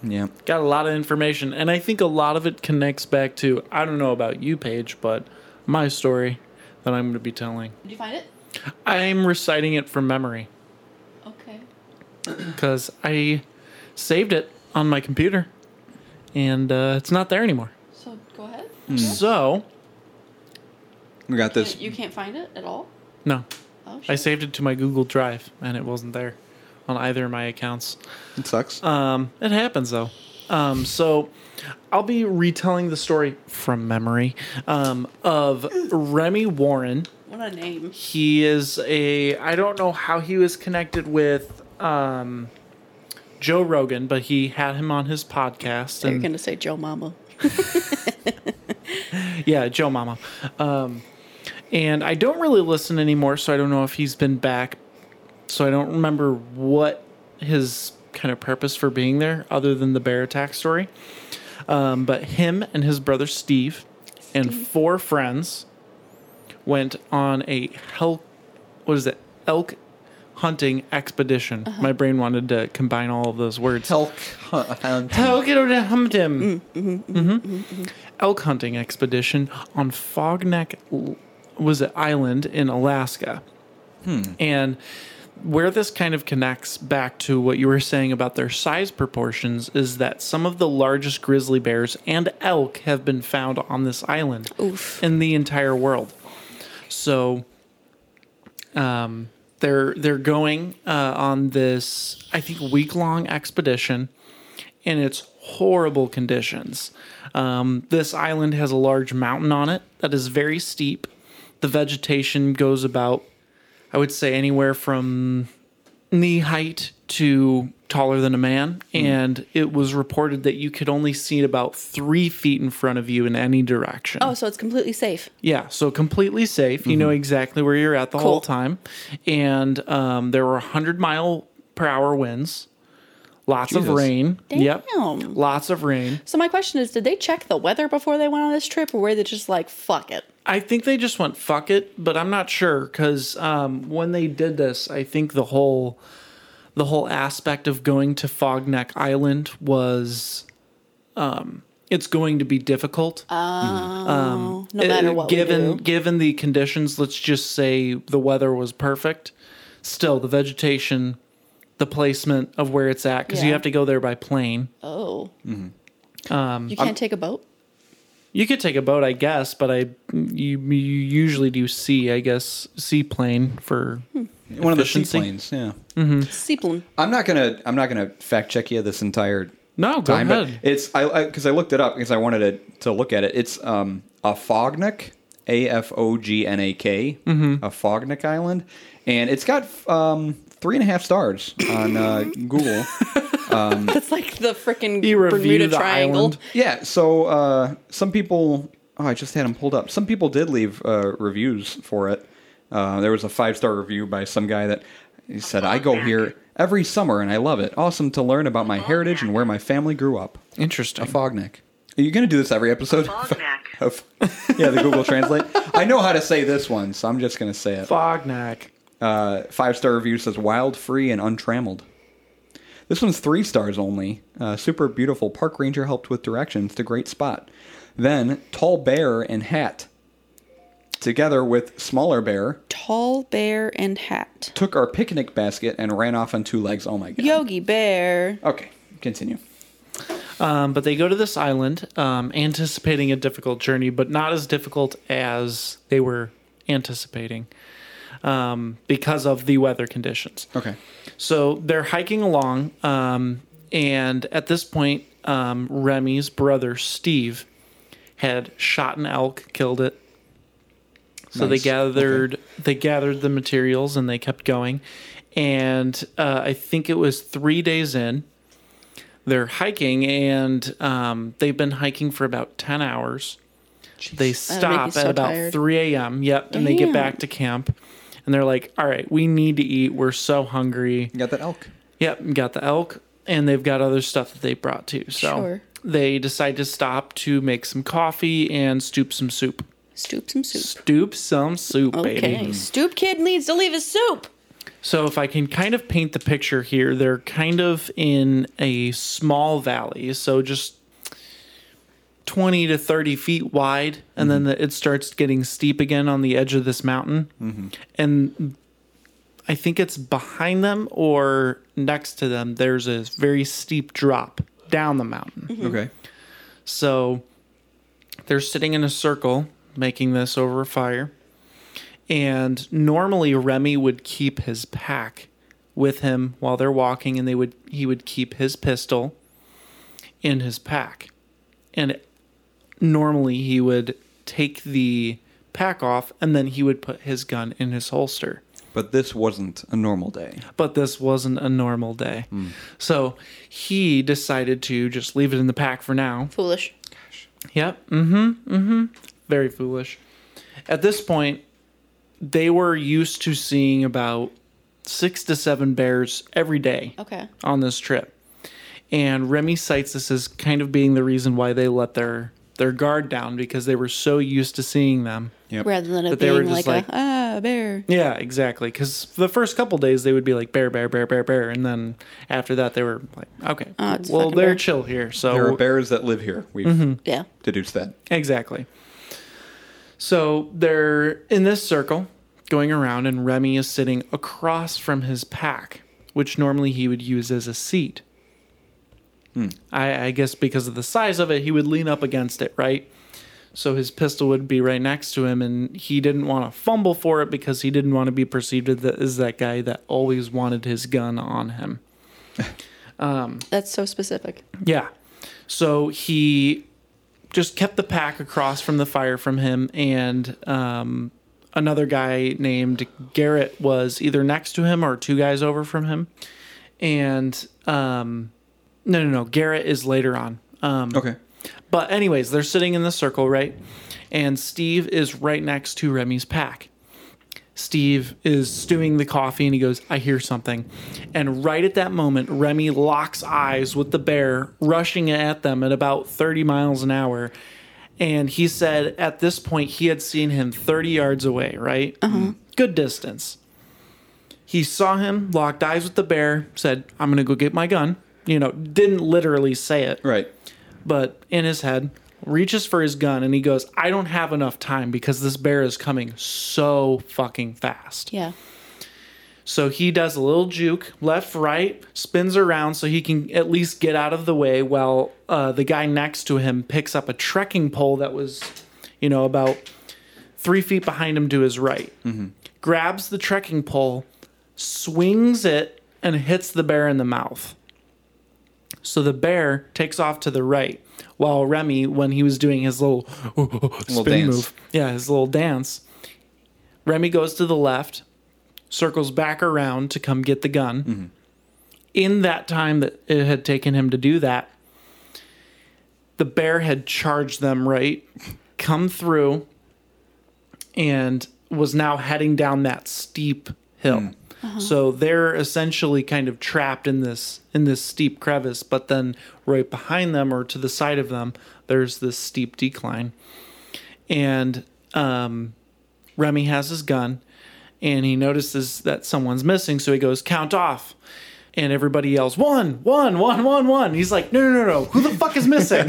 S3: Yeah.
S1: Got a lot of information, and I think a lot of it connects back to I don't know about you, Paige, but my story that I'm going to be telling.
S2: Did you find it?
S1: I'm reciting it from memory.
S2: Okay.
S1: because I saved it on my computer and uh, it's not there anymore.
S2: So go ahead.
S1: So,
S3: We got this.
S2: You can't find it at all.
S1: no,
S2: Oh,
S1: I saved it to my Google Drive and it wasn't there on either of my accounts.
S3: It sucks.
S1: Um, it happens though. Um, so I'll be retelling the story from memory um, of Remy Warren.
S2: What a name.
S1: He is a I don't know how he was connected with um, Joe Rogan, but he had him on his podcast.
S3: Um,
S2: You're
S1: And
S2: gonna say Joe Mama.
S1: Yeah, Joe Mama. Um, and I don't really listen anymore, so I don't know if he's been back. So I don't remember what his kind of purpose for being there, other than the bear attack story. Um, but him and his brother Steve, and four friends went on a elk. What is it? Elk hunting expedition. My brain wanted to combine all of those words.
S3: Elk hunt.
S1: Elk hunting. hunting. Mm-hmm. Elk hunting expedition on Fogneck L- was it island in Alaska, and where this kind of connects back to what you were saying about their size proportions is that some of the largest grizzly bears and elk have been found on this island in the entire world. So um, they're they're going uh, on this I think week long expedition, and it's horrible conditions. Um, this island has a large mountain on it that is very steep. The vegetation goes about, I would say, anywhere from knee height to taller than a man, and it was reported that you could only see it about three feet in front of you in any direction.
S2: Oh, so it's completely safe.
S1: Yeah, so completely safe. You know exactly where you're at the whole time. And um, there were 100 mile per hour winds, lots of
S3: Jesus.
S1: rain. Yep.
S2: Damn.
S1: Lots of rain.
S2: So my question is, did they check the weather before they went on this trip, or were they just like, fuck it?
S1: I think they just went fuck it, but I'm not sure because um, when they did this, I think the whole the whole aspect of going to Fogneck Island was um, it's going to be difficult.
S2: Oh, No matter
S1: Um, Uh,
S2: what. we
S1: given
S2: do.
S1: given the conditions let's just say the weather was perfect still the vegetation the placement of where it's at because you
S2: Yeah.
S1: have to go there by plane
S2: Oh.
S1: Mm-hmm. Um,
S2: you can't take a boat.
S1: you could take a boat i guess but i you, you usually do sea i guess seaplane for
S2: Hmm.
S3: One of the
S1: efficiency.
S3: seaplanes. Yeah.
S2: Seaplane.
S3: I'm not gonna. I'm not gonna fact check you this entire
S1: no go
S3: time, but
S1: ahead
S3: it's I because I, looked it up because I wanted to to look at it. It's um a Fognak, A F O G N A K,
S1: Mm-hmm.
S3: a Fognak Island, and it's got um three and a half stars on uh, Google.
S2: That's like the freaking
S1: You review
S2: Bermuda
S1: Mm. the
S2: Triangle.
S1: island.
S3: Yeah, so uh, some people. Oh, I just had them pulled up. Some people did leave uh, reviews for it. Uh, there was a five star review by some guy that he said, "I go here every summer and I love it. Awesome to learn about my heritage and where my family grew up." A
S1: interesting
S3: fogneck. Are you going to do this every episode?
S6: Fognak.
S3: Of- yeah, the Google Translate. I know how to say this one, so I'm just going to say it.
S1: fognack
S3: Uh, five star review says wild, free, and untrammeled. This one's three stars only. Uh, super beautiful. Park ranger helped with directions to great spot. Then tall bear and hat, together with smaller bear,
S2: Tall bear and hat.
S3: took our picnic basket and ran off on two legs. Oh my god.
S2: Yogi bear.
S3: Okay, continue.
S1: Um, but they go to this island, um, anticipating a difficult journey, but not as difficult as they were anticipating um, because of the weather conditions.
S3: Okay.
S1: So they're hiking along, um, and at this point, um, Remy's brother Steve had shot an elk, killed it. So
S3: Nice.
S1: they gathered they gathered the materials and they kept going, and uh, I think it was three days in. They're hiking and um, they've been hiking for about ten hours. They stop
S2: Uh, so
S1: at about
S2: tired.
S1: 3 a.m. Yep, and they get
S2: Damn.
S1: back to camp, and they're like, "All right, we need to eat. We're so hungry."
S3: You got that elk.
S1: Yep, and got the elk, and they've got other stuff that they brought too. So
S2: Sure.
S1: they decide to stop to make some coffee and stoop some soup.
S2: Stoop some soup.
S1: Stoop some soup,
S2: Okay.
S1: baby. Mm-hmm.
S2: Stoop kid needs to leave his soup.
S1: So if I can kind of paint the picture here, they're kind of in a small valley, so just 20 to 30 feet wide, and then the, it starts getting steep again on the edge of this mountain. And I think it's behind them or next to them, there's a very steep drop down the mountain.
S2: Mm-hmm.
S3: Okay.
S1: So they're sitting in a circle making this over a fire. And normally Remy would keep his pack with him while they're walking and they would he would keep his pistol in his pack. And normally he would take the pack off and then he would put his gun in his holster
S3: But this wasn't a normal day.
S2: Uh,
S1: but this wasn't a normal day. So he decided to just leave it in the pack for now.
S2: Foolish.
S1: Yep. Mm hmm. Mm hmm. Very foolish. At this point, they were used to seeing about six to seven bears every day
S2: Okay.
S1: on this trip. And Remy cites this as kind of being the reason why they let their their guard down because they were so used to seeing them.
S3: Yep.
S2: Rather than it
S1: But they were
S2: being like,
S1: just
S2: a
S1: like-
S2: ah bear.
S1: Yeah, exactly. Because the first couple days they would be like bear, bear, bear, bear, bear, and then after that they were like, okay,
S2: Oh, it's
S1: well
S2: fucking
S1: they're
S2: bear.
S1: chill here. So
S3: There are bears that live here. We've
S2: Yeah.
S3: deduced that.
S1: exactly. So they're in this circle going around, and Remy is sitting across from his pack, which normally he would use as a seat. I, I guess because of the size of it, he would lean up against it, right? So his pistol would be right next to him, and he didn't want to fumble for it because he didn't want to be perceived as the- as that guy that always wanted his gun on him.
S2: That's so specific.
S1: Yeah. So he just kept the pack across from the fire from him, and um, another guy named Garrett was either next to him or two guys over from him. And um, no, no, no. Garrett is later on. Um,
S3: Okay.
S1: but anyways, they're sitting in the circle, right? And Steve is right next to Remy's pack. Steve is stewing the coffee and he goes, I hear something. And right at that moment, Remy locks eyes with the bear rushing at them at about 30 miles an hour. And he said at this point, he had seen him 30 yards away, right? Mm-hmm. Good distance. He saw him, locked eyes with the bear, said, I'm going to go get my gun. You know, didn't literally say it
S3: Right.
S1: but in his head reaches for his gun and he goes i don't have enough time because this bear is coming so fucking fast
S2: Yeah.
S1: so he does a little juke left right spins around so he can at least get out of the way while uh, the guy next to him picks up a trekking pole that was you know about three feet behind him to his right grabs the trekking pole swings it and hits the bear in the mouth so the bear takes off to the right, while Remy, when he was doing his little, spin
S3: dance.
S1: move, yeah, his little dance, Remy goes to the left, circles back around to come get the gun. In that time that it had taken him to do that, the bear had charged them right, come through, and was now heading down that steep hill. So they're essentially kind of trapped in this in this steep crevice, but then right behind them or to the side of them, there's this steep decline. And um, Remy has his gun and he notices that someone's missing, so he goes, Count off. And everybody yells, one, one, one, one, one. He's like, no, no, no, no. Who the fuck is missing?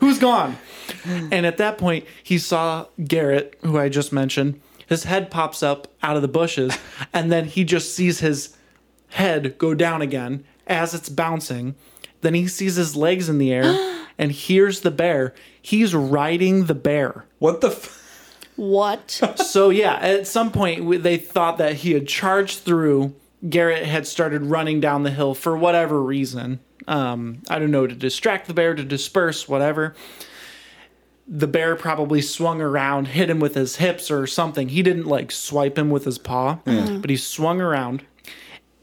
S1: Who's gone? And at that point, he saw Garrett, who I just mentioned. His head pops up out of the bushes, and then he just sees his head go down again as it's bouncing. Then he sees his legs in the air and hears the bear. He's riding the bear.
S3: What the? F-
S2: What?
S1: So, yeah, at some point, we- they thought that he had charged through. Garrett had started running down the hill for whatever reason. Um, I don't know, to distract the bear, to disperse, whatever the bear probably swung around, hit him with his hips or something. He didn't like swipe him with his paw, but he swung around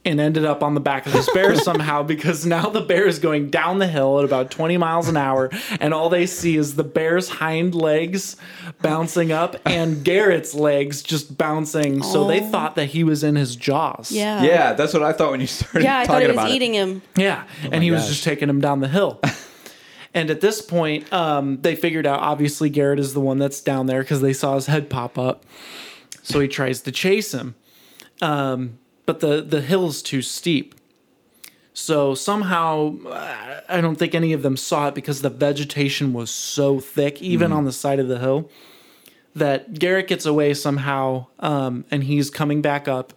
S1: and ended up on the back of this bear somehow because now the bear is going down the hill at about 20 miles an hour and all they see is the bear's hind legs bouncing up and Garrett's legs just bouncing. So they thought that he was in his jaws.
S2: Yeah.
S3: yeah, that's what I thought when you started
S2: Yeah, I thought
S3: talking
S2: it
S3: about
S2: was eating him.
S1: Yeah, and he was
S3: gosh.
S1: just taking him down the hill. and at this point, um, they figured out obviously Garrett is the one that's down there because they saw his head pop up. So he tries to chase him, um, but the the hill's too steep. So somehow, uh, I don't think any of them saw it because the vegetation was so thick, even on the side of the hill, that Garrett gets away somehow, um, and he's coming back up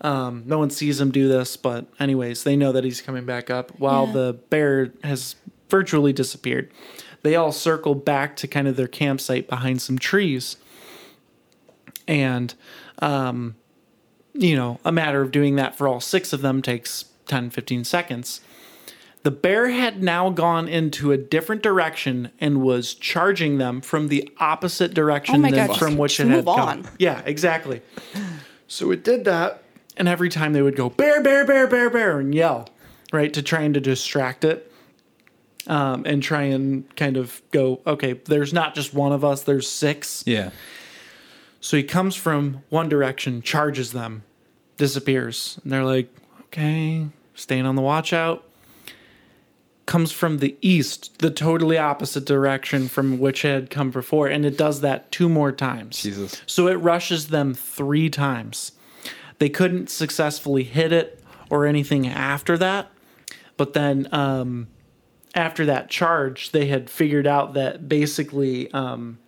S1: Um, no one sees him do this, but anyways, they know that he's coming back up while
S2: Yeah.
S1: the bear has virtually disappeared. They all circle back to kind of their campsite behind some trees. And um, you know, a matter of doing that for all six of them takes 10, 15 seconds. The bear had now gone into a different direction and was charging them from the opposite direction
S2: Oh my
S1: than
S2: gosh,
S1: from which
S2: just
S1: it had
S2: move
S1: come.
S2: on.
S1: Yeah, exactly. So it did that, and every time they would go bear, bear, bear, bear, bear, and yell, right, to trying to distract it, um, and try and kind of go, okay, there's not just one of us, there's six.
S3: Yeah.
S1: So he comes from one direction, charges them, disappears. And they're like, okay, staying on the watch out. Comes from the east, the totally opposite direction from which it had come before. And it does that two more times.
S3: Jesus.
S1: So it rushes them three times. They couldn't successfully hit it or anything after that. But then um, after that charge, they had figured out that basically um,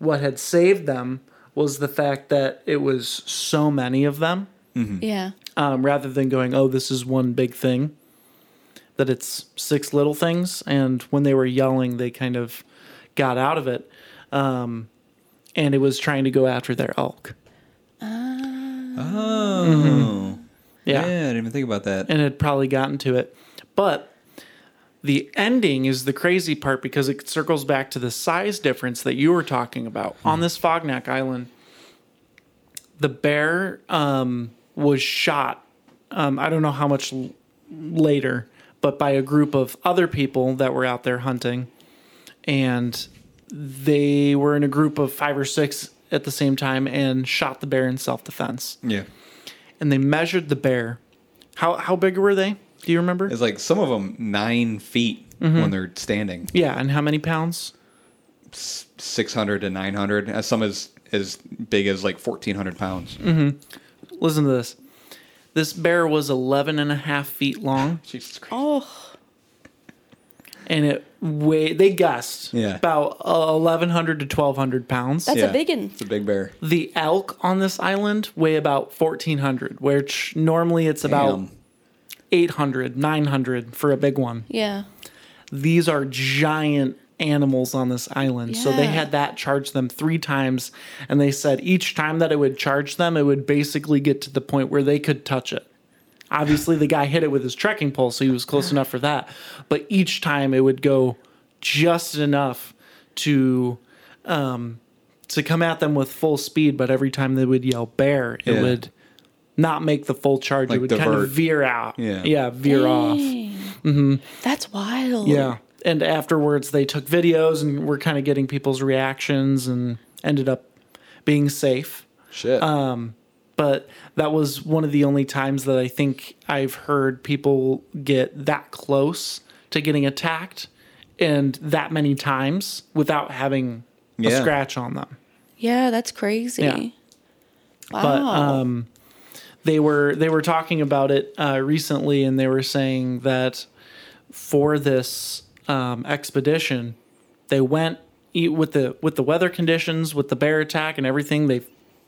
S1: what had saved them was the fact that it was so many of them
S2: Yeah.
S1: um, rather than going, oh, this is one big thing, that it's six little things. And when they were yelling, they kind of got out of it. Um, and it was trying to go after their elk.
S3: Oh. Yeah.
S1: Mm-hmm. Yeah.
S3: I didn't even think about that.
S1: And had probably gotten to it. But the ending is the crazy part because it circles back to the size difference that you were talking about. On this Fognak Island, the bear um, was shot. Um, I don't know how much l- later, but by a group of other people that were out there hunting, and they were in a group of five or six at the same time and shot the bear in self defense.
S3: yeah.
S1: And they measured the bear. How how big were they? Do you remember?
S3: It's like some of them nine feet when they're standing,
S1: yeah, and how many pounds?
S3: six hundred to nine hundred. Uh, Some as as big as like fourteen hundred pounds.
S1: Listen to this. This bear was 11 and a half feet long,
S3: Jesus Christ.
S2: Oh,
S1: and it weighed, they guessed,
S3: Yeah.
S1: about uh, 1,100 to 1,200 pounds.
S2: that's
S3: Yeah.
S2: a big one.
S3: It's a big bear.
S1: The elk on this island weigh about 1,400, which normally it's about
S3: Damn.
S1: 800, 900 for a big one.
S2: Yeah.
S1: These are giant animals on this island. So they
S2: Yeah.
S1: had that charge them three times, and they said each time that it would charge them, it would basically get to the point where they could touch it. Obviously, the guy hit it with his trekking pole, so he was close enough for that. But each time it would go just enough to um, to come at them with full speed. But every time they would yell "bear," it
S3: Yeah.
S1: would not make the full charge.
S3: Like
S1: it would kind
S3: divert.
S1: of veer out.
S3: Yeah.
S1: yeah, veer off.
S2: Oh.
S1: Mm-hmm.
S2: That's wild.
S1: Yeah, and afterwards they took videos and were kind of getting people's reactions and ended up being safe
S3: Shit.
S1: but that was one of the only times that I think I've heard people get that close to getting attacked and that many times without having a
S3: Yeah.
S1: scratch on them.
S2: Yeah, that's crazy.
S1: Yeah.
S2: Wow.
S1: But um, they were they were talking about it uh, recently, and they were saying that for this um, expedition, they went e- with the with the weather conditions, with the bear attack, and everything. They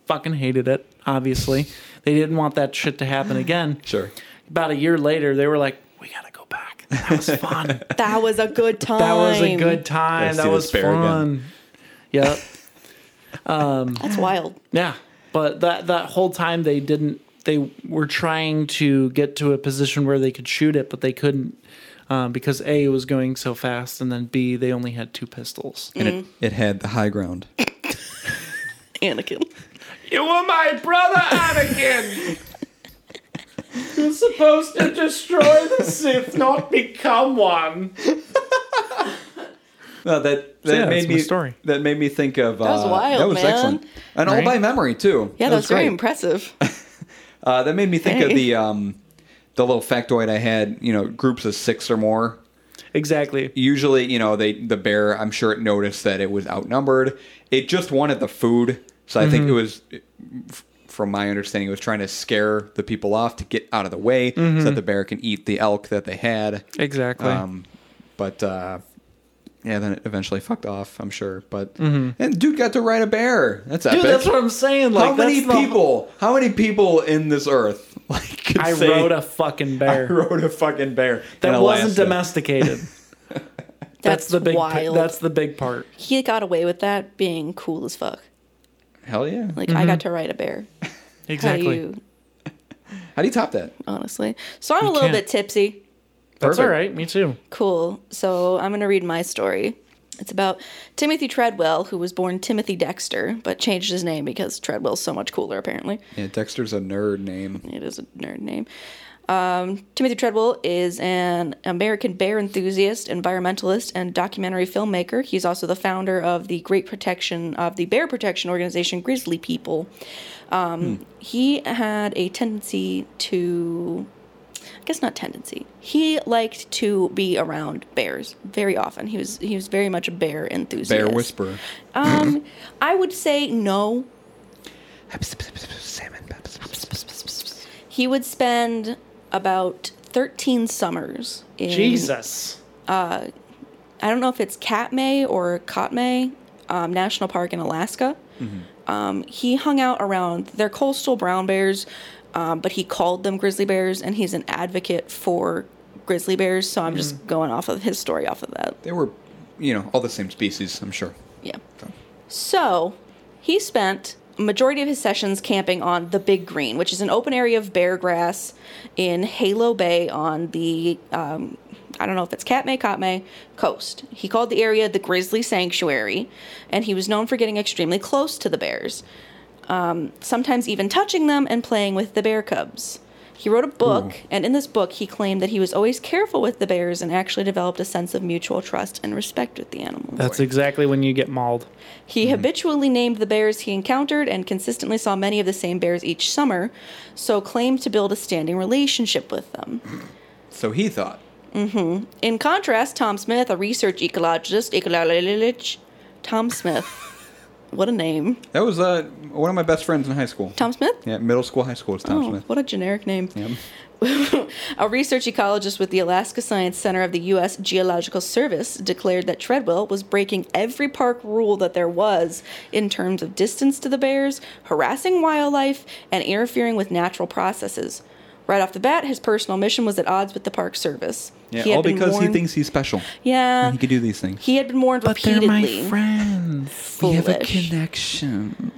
S1: fucking hated it. Obviously, they didn't want that shit to happen again.
S3: sure.
S1: about a year later, they were like, "We gotta go back. That was fun.
S2: that was a good time.
S1: that was a good time.
S3: Let's
S1: That
S3: do
S1: was
S3: this bear again."
S1: fun." Yep.
S2: That's wild.
S1: Yeah, but that that whole time they didn't. They were trying to get to a position where they could shoot it, but they couldn't um, because a it was going so fast, and then b they only had two pistols.
S3: And
S2: Mm.
S3: it, it had the high ground.
S2: Anakin.
S5: You were my brother, Anakin. You're supposed to destroy the Sith, not become one.
S3: No, that that
S1: yeah,
S3: made
S1: that's my
S3: me
S1: story.
S3: That made me think of uh, that
S2: was wild,
S3: That was
S2: man.
S3: excellent, and all
S1: Right?
S3: by memory too.
S2: Yeah, that, was, very
S3: great.
S2: impressive.
S3: Uh, that made me think of
S2: Hey.
S3: the um, the little factoid I had. You know, groups of six or more.
S1: Exactly.
S3: Usually, you know, they the bear. I'm sure it noticed that it was outnumbered. It just wanted the food, so I
S1: Mm-hmm.
S3: think it was, f- from my understanding, it was trying to scare the people off to get out of the way so that the bear can eat the elk that they had.
S1: Mm-hmm. Exactly.
S3: Um, but uh, yeah, then it eventually fucked off. I'm sure. But
S1: Mm-hmm.
S3: and dude got to ride a bear. That's epic.
S1: Dude, that's what I'm saying. Like,
S3: how many
S1: that's the-
S3: people? How many people in this earth like could
S1: I
S3: say,
S1: rode a fucking
S3: I
S1: bear
S3: rode a fucking bear
S1: that
S3: in
S1: wasn't
S3: Alaska.
S1: domesticated.
S2: That's,
S1: the big. pi-
S2: wild.
S1: That's the big part.
S2: He got away with that being cool as fuck.
S3: Hell yeah!
S2: Like I got to ride a bear. How do
S1: Mm-hmm. Exactly.
S2: you
S3: How do you top that?
S2: honestly? So I'm a
S1: You
S2: little
S1: can't.
S2: bit tipsy.
S1: That's
S3: Perfect.
S1: all right. Me too.
S2: Cool. So I'm going to read my story. It's about Timothy Treadwell, who was born Timothy Dexter, but changed his name because Treadwell's so much cooler, apparently.
S3: Yeah, Dexter's a nerd name.
S2: It is a nerd name. Um, Timothy Treadwell is an American bear enthusiast, environmentalist, and documentary filmmaker. He's also the founder of the Great Protection of the Bear Protection Organization, Grizzly People.
S3: Hmm.
S2: Um, He had a tendency to, I guess not tendency. He liked to be around bears very often. He was he was very much a bear enthusiast.
S3: Bear whisperer.
S2: Um, I would say no. He would spend about 13 summers in.
S1: Jesus.
S2: I don't know if it's Katmai or Katmai um, National Park in Alaska. Um, he hung out around, they're coastal brown bears, um, but he called them grizzly bears, and he's an advocate for grizzly bears. So I'm just going off of his story off of that.
S3: They were, you know, all the same species. I'm sure.
S2: Yeah. So he spent a majority of his sessions camping on the Big Green, which is an open area of bear grass in Halo Bay on the um, I don't know if it's Katmai, Katmai coast. He called the area the Grizzly Sanctuary, and he was known for getting extremely close to the bears, um, sometimes even touching them and playing with the bear cubs. He wrote a book, and in this book, he claimed that he was always careful with the bears and actually developed a sense of mutual trust and respect with the animals.
S1: That's exactly when you get mauled.
S3: Mm-hmm.
S2: He habitually named the bears he encountered and consistently saw many of the same bears each summer, so claimed to build a standing relationship with them.
S3: So he thought.
S2: In contrast, Tom Smith, a research ecologist, ecologist Tom Smith, what a name.
S3: That was uh, one of my best friends in high school.
S2: Tom Smith?
S3: Yeah, middle school, high school was Tom
S2: Oh,
S3: Smith.
S2: what a generic name. a research ecologist with the Alaska Science Center of the U.S. Geological Service declared that Treadwell was breaking every park rule that there was in terms of distance to the bears, harassing wildlife, and interfering with natural processes. Right off the bat, his personal mission was at odds with the Park Service.
S3: Yeah,
S2: He had
S3: all
S2: been
S3: because he
S2: warned-
S3: thinks he's special.
S2: yeah,
S3: He could do these things.
S2: he had been warned repeatedly.
S1: friends.
S2: Foolish.
S3: connection.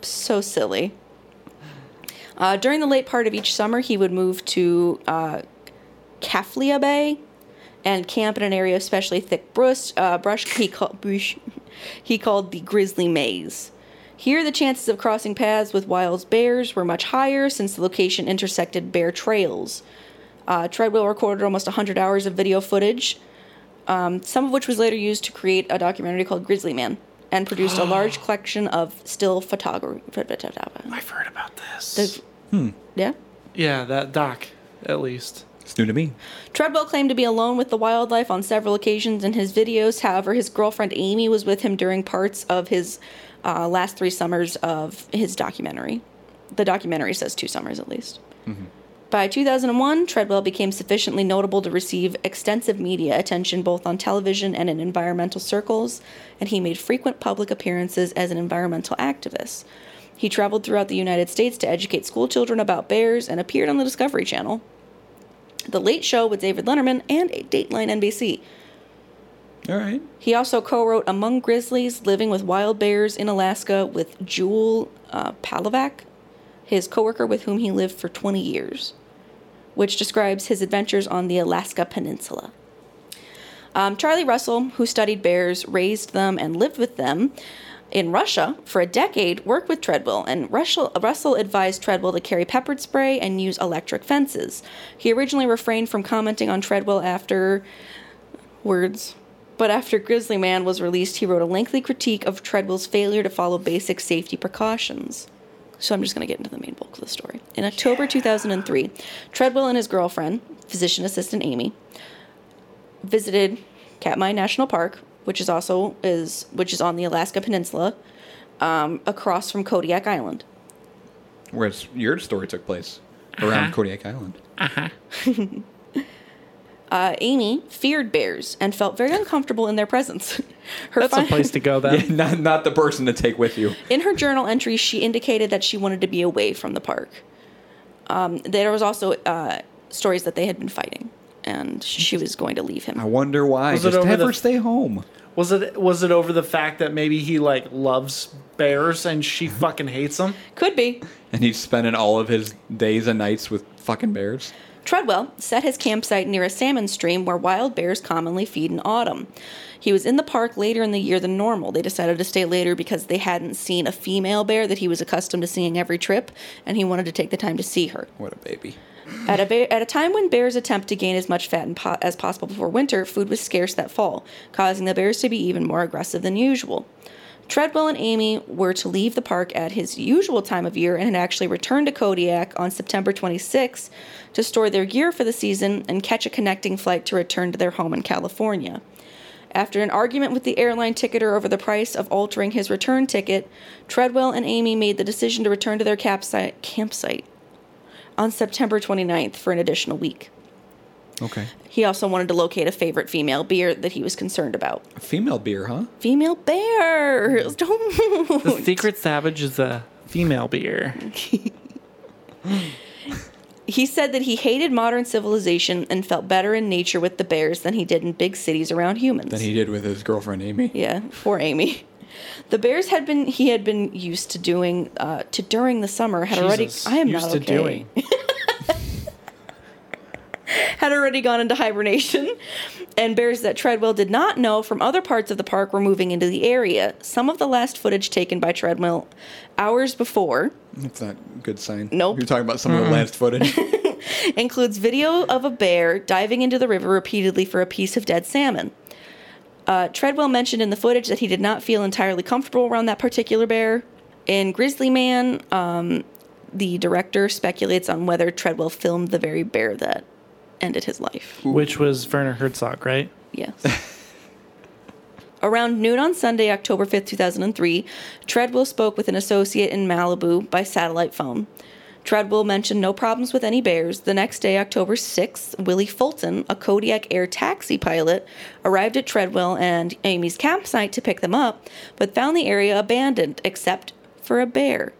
S2: so silly. Uh, during the late part of each summer, he would move to uh, Kaflia Bay and camp in an area of especially thick brush. Uh, brush he, call, bush, he called the Grizzly Maze. Here, the chances of crossing paths with wild bears were much higher since the location intersected bear trails. Uh, Treadwell recorded almost 100 hours of video footage some of which was later used to create a documentary called Grizzly Man and produced a large collection of still photography.
S1: I've heard about this.
S2: Yeah.
S1: yeah, that doc, at least.
S3: It's new to me.
S2: Treadwell claimed to be alone with the wildlife on several occasions in his videos. However, his girlfriend Amy was with him during parts of his uh, last three summers of his documentary. The documentary says two summers at least. By 2001, Treadwell became sufficiently notable to receive extensive media attention both on television and in environmental circles, and he made frequent public appearances as an environmental activist. He traveled throughout the United States to educate school children about bears and appeared on the Discovery Channel. The Late Show with David Letterman, and Dateline NBC.
S3: All right.
S2: He also co wrote Among Grizzlies Living with Wild Bears in Alaska with Jewel uh, Palavac, his coworker with whom he lived for 20 years, which describes his adventures on the Alaska Peninsula. Um, Charlie Russell, who studied bears, raised them, and lived with them in Russia for a decade, worked with Treadwell, and Russell, Russell advised Treadwell to carry pepper spray and use electric fences. He originally refrained from commenting on Treadwell after words. But after Grizzly Man was released, he wrote a lengthy critique of Treadwell's failure to follow basic safety precautions. So I'm just going to get into the main bulk of the story. In October 2003, Treadwell and his girlfriend, physician assistant Amy, visited Katmai National Park, which is also is which is on the Alaska Peninsula, um, across from Kodiak Island.
S3: Whereas your story took place
S5: Uh-huh.
S3: around Kodiak Island.
S2: Uh, Amy feared bears and felt very uncomfortable in their presence. Her
S1: That's a
S2: fin-
S1: place to go, then.
S5: Um,
S3: Yeah, not not the person to take with you.
S2: In her journal entry, she indicated that she wanted to be away from the park. Um, there was also uh, stories that they had been fighting, and she was going to leave him.
S3: I wonder why.
S5: Was it
S3: Just
S5: over
S3: have
S5: the-
S3: her stay home.
S5: Was it was it over the fact that maybe he like loves bears and she
S1: Mm-hmm.
S5: fucking hates him?
S2: Could be.
S3: And he's spending all of his days and nights with fucking bears.
S2: Treadwell set his campsite near a salmon stream where wild bears commonly feed in autumn. He was in the park later in the year than normal. They decided to stay later because they hadn't seen a female bear that he was accustomed to seeing every trip, and he wanted to take the time to see her.
S3: What a baby.
S2: At a, bear, at a time when bears attempt to gain as much fat and po- as possible before winter, food was scarce that fall, causing the bears to be even more aggressive than usual. Treadwell and Amy were to leave the park at his usual time of year and had actually returned to Kodiak on September 26 to store their gear for the season and catch a connecting flight to return to their home in California. After an argument with the airline ticketer over the price of altering his return ticket, Treadwell and Amy made the decision to return to their capsi- campsite on September 29th for an additional week.
S3: Okay.
S2: He also wanted to locate a favorite female beer that he was concerned about.
S3: A female beer, huh?
S2: Female bears! Don't!
S1: The secret savage is a female beer.
S2: He said that he hated modern civilization and felt better in nature with the bears than he did in big cities around humans.
S3: Than he did with his girlfriend Amy.
S2: Yeah, poor Amy. The bears had been he had been used to doing uh, to during the summer had
S1: Jesus,
S2: already I am
S1: used
S2: not
S1: to
S2: okay.
S1: doing.
S2: had already gone into hibernation, and bears that Treadwell did not know from other parts of the park were moving into the area. Some of the last footage taken by Treadwell hours before
S3: That's not a good sign.
S2: Nope.
S3: You're talking about some of the last footage.
S2: includes video of a bear diving into the river repeatedly for a piece of dead salmon. Uh, Treadwell mentioned in the footage that he did not feel entirely comfortable around that particular bear. In Grizzly Man, um, the director speculates on whether Treadwell filmed the very bear that ended his life.
S1: Which was Werner Herzog, right?
S2: Yes. Around noon on Sunday, October 5th, 2003, Treadwell spoke with an associate in Malibu by satellite phone. Treadwell mentioned no problems with any bears. The next day, October 6th, Willie Fulton, a Kodiak Air taxi pilot, arrived at Treadwell and Amy's campsite to pick them up, but found the area abandoned except for a bear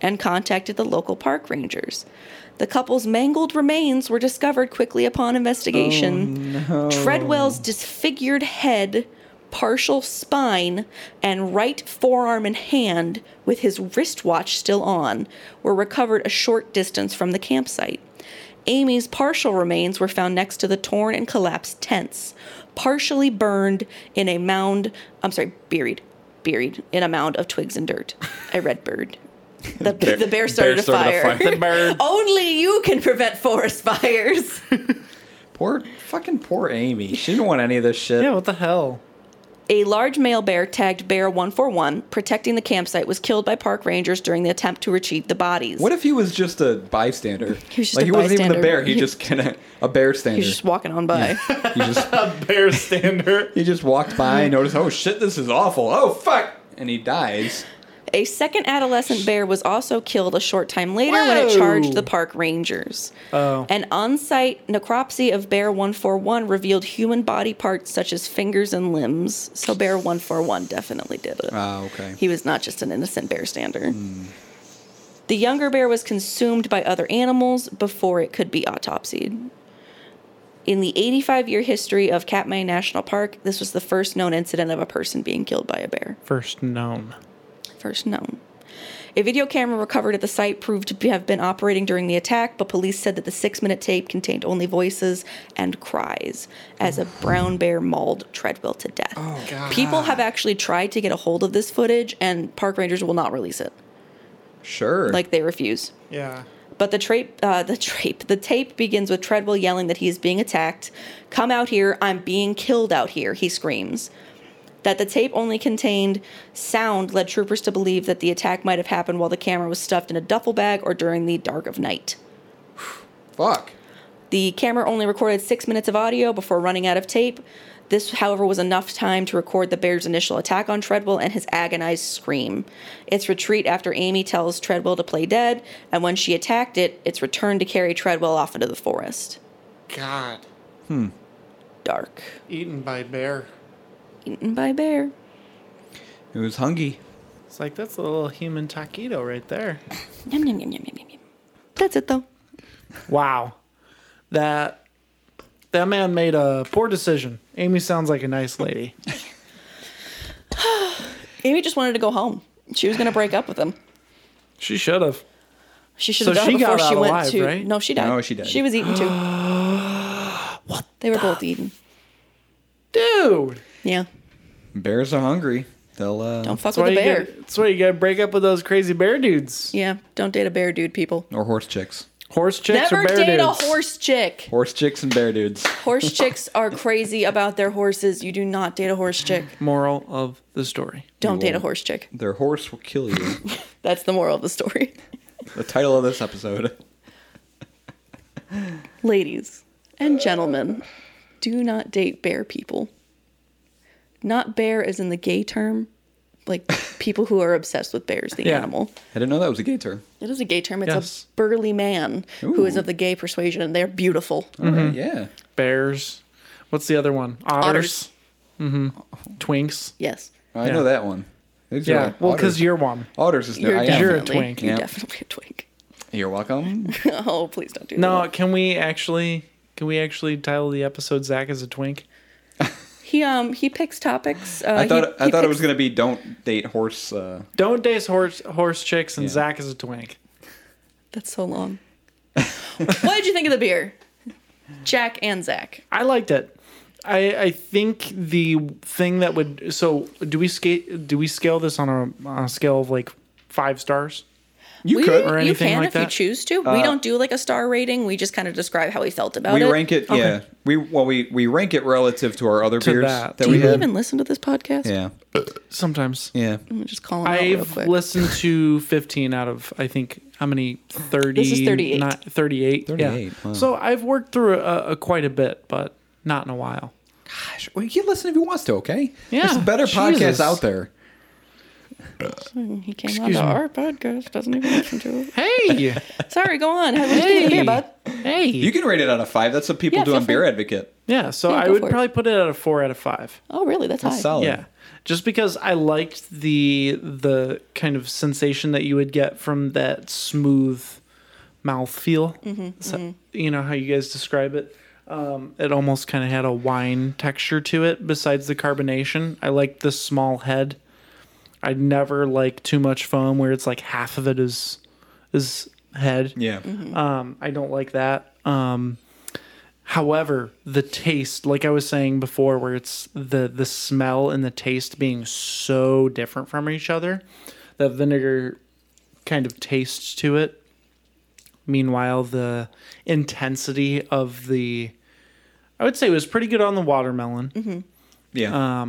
S2: and contacted the local park rangers. The couple's mangled remains were discovered quickly upon investigation. Treadwell's
S3: Oh.
S2: disfigured head, partial spine, and right forearm and hand, with his wristwatch still on, were recovered a short distance from the campsite. Amy's partial remains were found next to the torn and collapsed tents, partially burned in a mound, I'm sorry, buried, buried in a mound of twigs and dirt. A red bird. The, the bear started,
S3: bear started a
S2: a fire.
S3: fire. The
S1: bird.
S2: Only you can prevent forest fires.
S3: poor, fucking poor Amy. She didn't want any of this shit.
S1: Yeah, what the hell?
S2: A large male bear tagged Bear 141, protecting the campsite, was killed by park rangers during the attempt to retrieve the bodies.
S3: What if he was just a bystander?
S2: He was just
S3: like
S2: a
S3: he wasn't even
S2: bystander.
S3: the bear. He just kind of a bear stander.
S2: He's just walking on by.
S3: he just
S5: Bear standard.
S3: he just walked by and noticed. Oh shit, this is awful. Oh fuck, and he dies.
S2: a second adolescent bear was also killed a short time later when it
S1: Whoa.
S2: charged the park rangers.
S1: Oh.
S2: An on site necropsy of Bear 141 revealed human body parts such as fingers and limbs. So, Bear 141 definitely did it.
S3: Ah, okay.
S2: He was not just an innocent bear stander. The younger bear was consumed by other animals before it could be autopsied. In the 85 year history of Katmai National Park, this was the first known incident of a person being killed by a bear.
S1: First known.
S2: First known. A video camera recovered at the site proved to be- have been operating during the attack, but police said that the six minute tape contained only voices and cries as a brown bear mauled Treadwell to death. People have actually tried to get a hold of this footage, and park rangers will not release it.
S3: Sure.
S2: Like they refuse.
S1: Yeah.
S2: But the trape, uh, the trape, the tape begins with Treadwell yelling that he is being attacked. Come out here! I'm being killed out here! He screams. That the tape only contained sound led troopers to believe that the attack might have happened while the camera was stuffed in a duffel bag or during the dark of night.
S3: fuck.
S2: The camera only recorded six minutes of audio before running out of tape. This, however, was enough time to record the bear's initial attack on Treadwell and his agonized scream. Its retreat after Amy tells Treadwell to play dead, and when she attacked it, its return to carry Treadwell off into the forest.
S1: God.
S2: Dark.
S1: Eaten by bear.
S2: Eaten by bear.
S3: It was hungry.
S1: It's like that's a little human taquito right there.
S2: Yum, yum, yum, yum, yum, yum, yum. That's it, though.
S1: Wow. That that man made a poor decision. Amy sounds like a nice lady.
S2: Amy just wanted to go home. She was going to break up with him.
S1: She should have.
S2: She should
S1: So
S2: have done
S1: she
S2: it before
S1: got
S2: she
S1: out
S2: went
S1: alive,
S2: to.
S1: right?
S2: No, she died.
S3: No, she died.
S2: She was eaten too. what? They were both eaten.
S1: Dude.
S2: Yeah.
S3: Bears are hungry. They'll uh,
S2: Don't fuck
S1: That's why,
S2: with
S1: you
S2: a bear.
S1: Get, that's why you gotta break up with those crazy bear dudes.
S2: Yeah. Don't date a bear, dude. People.
S3: or horse chicks.
S1: Horse chicks
S2: Never
S1: or bear
S2: date
S1: dudes.
S2: a horse chick.
S3: Horse chicks and bear dudes.
S2: Horse chicks are crazy about their horses. You do not date a horse chick.
S1: Moral of the story.
S2: Don't date a horse chick.
S3: Their horse will kill you.
S2: That's the moral of the story.
S3: the title of this episode.
S2: Ladies and gentlemen, do not date bear people. Not bear as in the gay term, like people who are obsessed with bears, the
S1: Yeah.
S2: animal.
S3: I didn't know that was a gay term.
S2: It is a gay term. It's
S1: Yes.
S2: a burly man who is
S3: Ooh.
S2: of the gay persuasion. They're beautiful.
S3: Alright, yeah.
S1: Bears. What's the other one? Otters.
S2: Otters.
S1: Mm-hmm. Twinks.
S2: Yes.
S3: I
S1: Yeah.
S3: know that one. These are
S1: Yeah. Well, because
S3: otters.
S1: you're one.
S3: otters is there.
S2: You're
S3: I am.
S1: You're a
S2: definitely,
S1: twink.
S2: You're
S3: Yeah.
S2: definitely a twink.
S3: You're welcome.
S2: Oh, please don't do
S1: No,
S2: that.
S1: can we actually can we actually title the episode Zach is a twink?
S2: He um he picks topics. Uh,
S3: I
S2: he-
S3: thought I
S2: he
S3: thought
S2: picks-
S3: it was gonna be don't date horse. Uh,
S1: Don't date horse horse chicks and
S3: Yeah.
S1: Zach is a twink.
S2: That's so long. what did you think of the beer? Jack and Zach.
S1: I liked it. I I think the thing that would so do we skate do we scale this on a, on a scale of like five stars?
S3: you
S2: we,
S3: could. Uh,
S1: or
S2: you
S1: anything
S2: can
S1: like
S2: if you
S1: that?
S2: choose to. we don't do like a star rating. We just kind of describe how we felt about
S3: We
S2: it.
S3: rank it. Yeah. We well we we rank it relative to our other beers
S1: that.
S2: do
S3: we
S2: you
S3: have.
S2: even listen to this podcast?
S3: Yeah.
S1: Sometimes.
S3: Yeah.
S2: I'm gonna just calling out Oh, real
S1: I've
S2: quick.
S1: listened to 15 out of I think how many 30
S2: This is 38.
S1: not- 38.
S3: 38,
S1: Yeah.
S3: wow.
S1: So I've worked through a, a quite a bit, but not in a while.
S3: Gosh, well, he can listen if he wants to. Okay.
S1: Yeah,
S3: There's better
S1: Jesus.
S3: podcasts out there.
S2: he came onto
S1: me.
S2: our podcast. Doesn't even listen to it.
S1: Hey.
S2: Sorry, go on. How did you think of the beer, bud?
S1: hey.
S3: You can rate it out of five. That's what people
S2: Yeah,
S3: do
S2: feel
S3: on Beer
S2: free.
S3: Advocate.
S1: yeah, so
S2: Yeah,
S1: I
S2: go
S1: would
S2: for it.
S1: probably put it at a 4 out of 5.
S2: Oh, really? That's,
S3: That's
S2: high.
S3: solid.
S1: Yeah. Just because I liked the the kind of sensation that you would get from that smooth mouth feel. So- You know how you guys describe it. Um, it almost kind of had a wine texture to it. Besides the carbonation, I liked the small head. I never like too much foam where it's like half of it is is head.
S3: Yeah.
S1: Um, I don't like that. Um, however, the taste, like I was saying before, where it's the the smell and the taste being so different from each other, the vinegar kind of taste to it. Meanwhile, the intensity of the, I would say, it was pretty good on the watermelon,
S3: Yeah.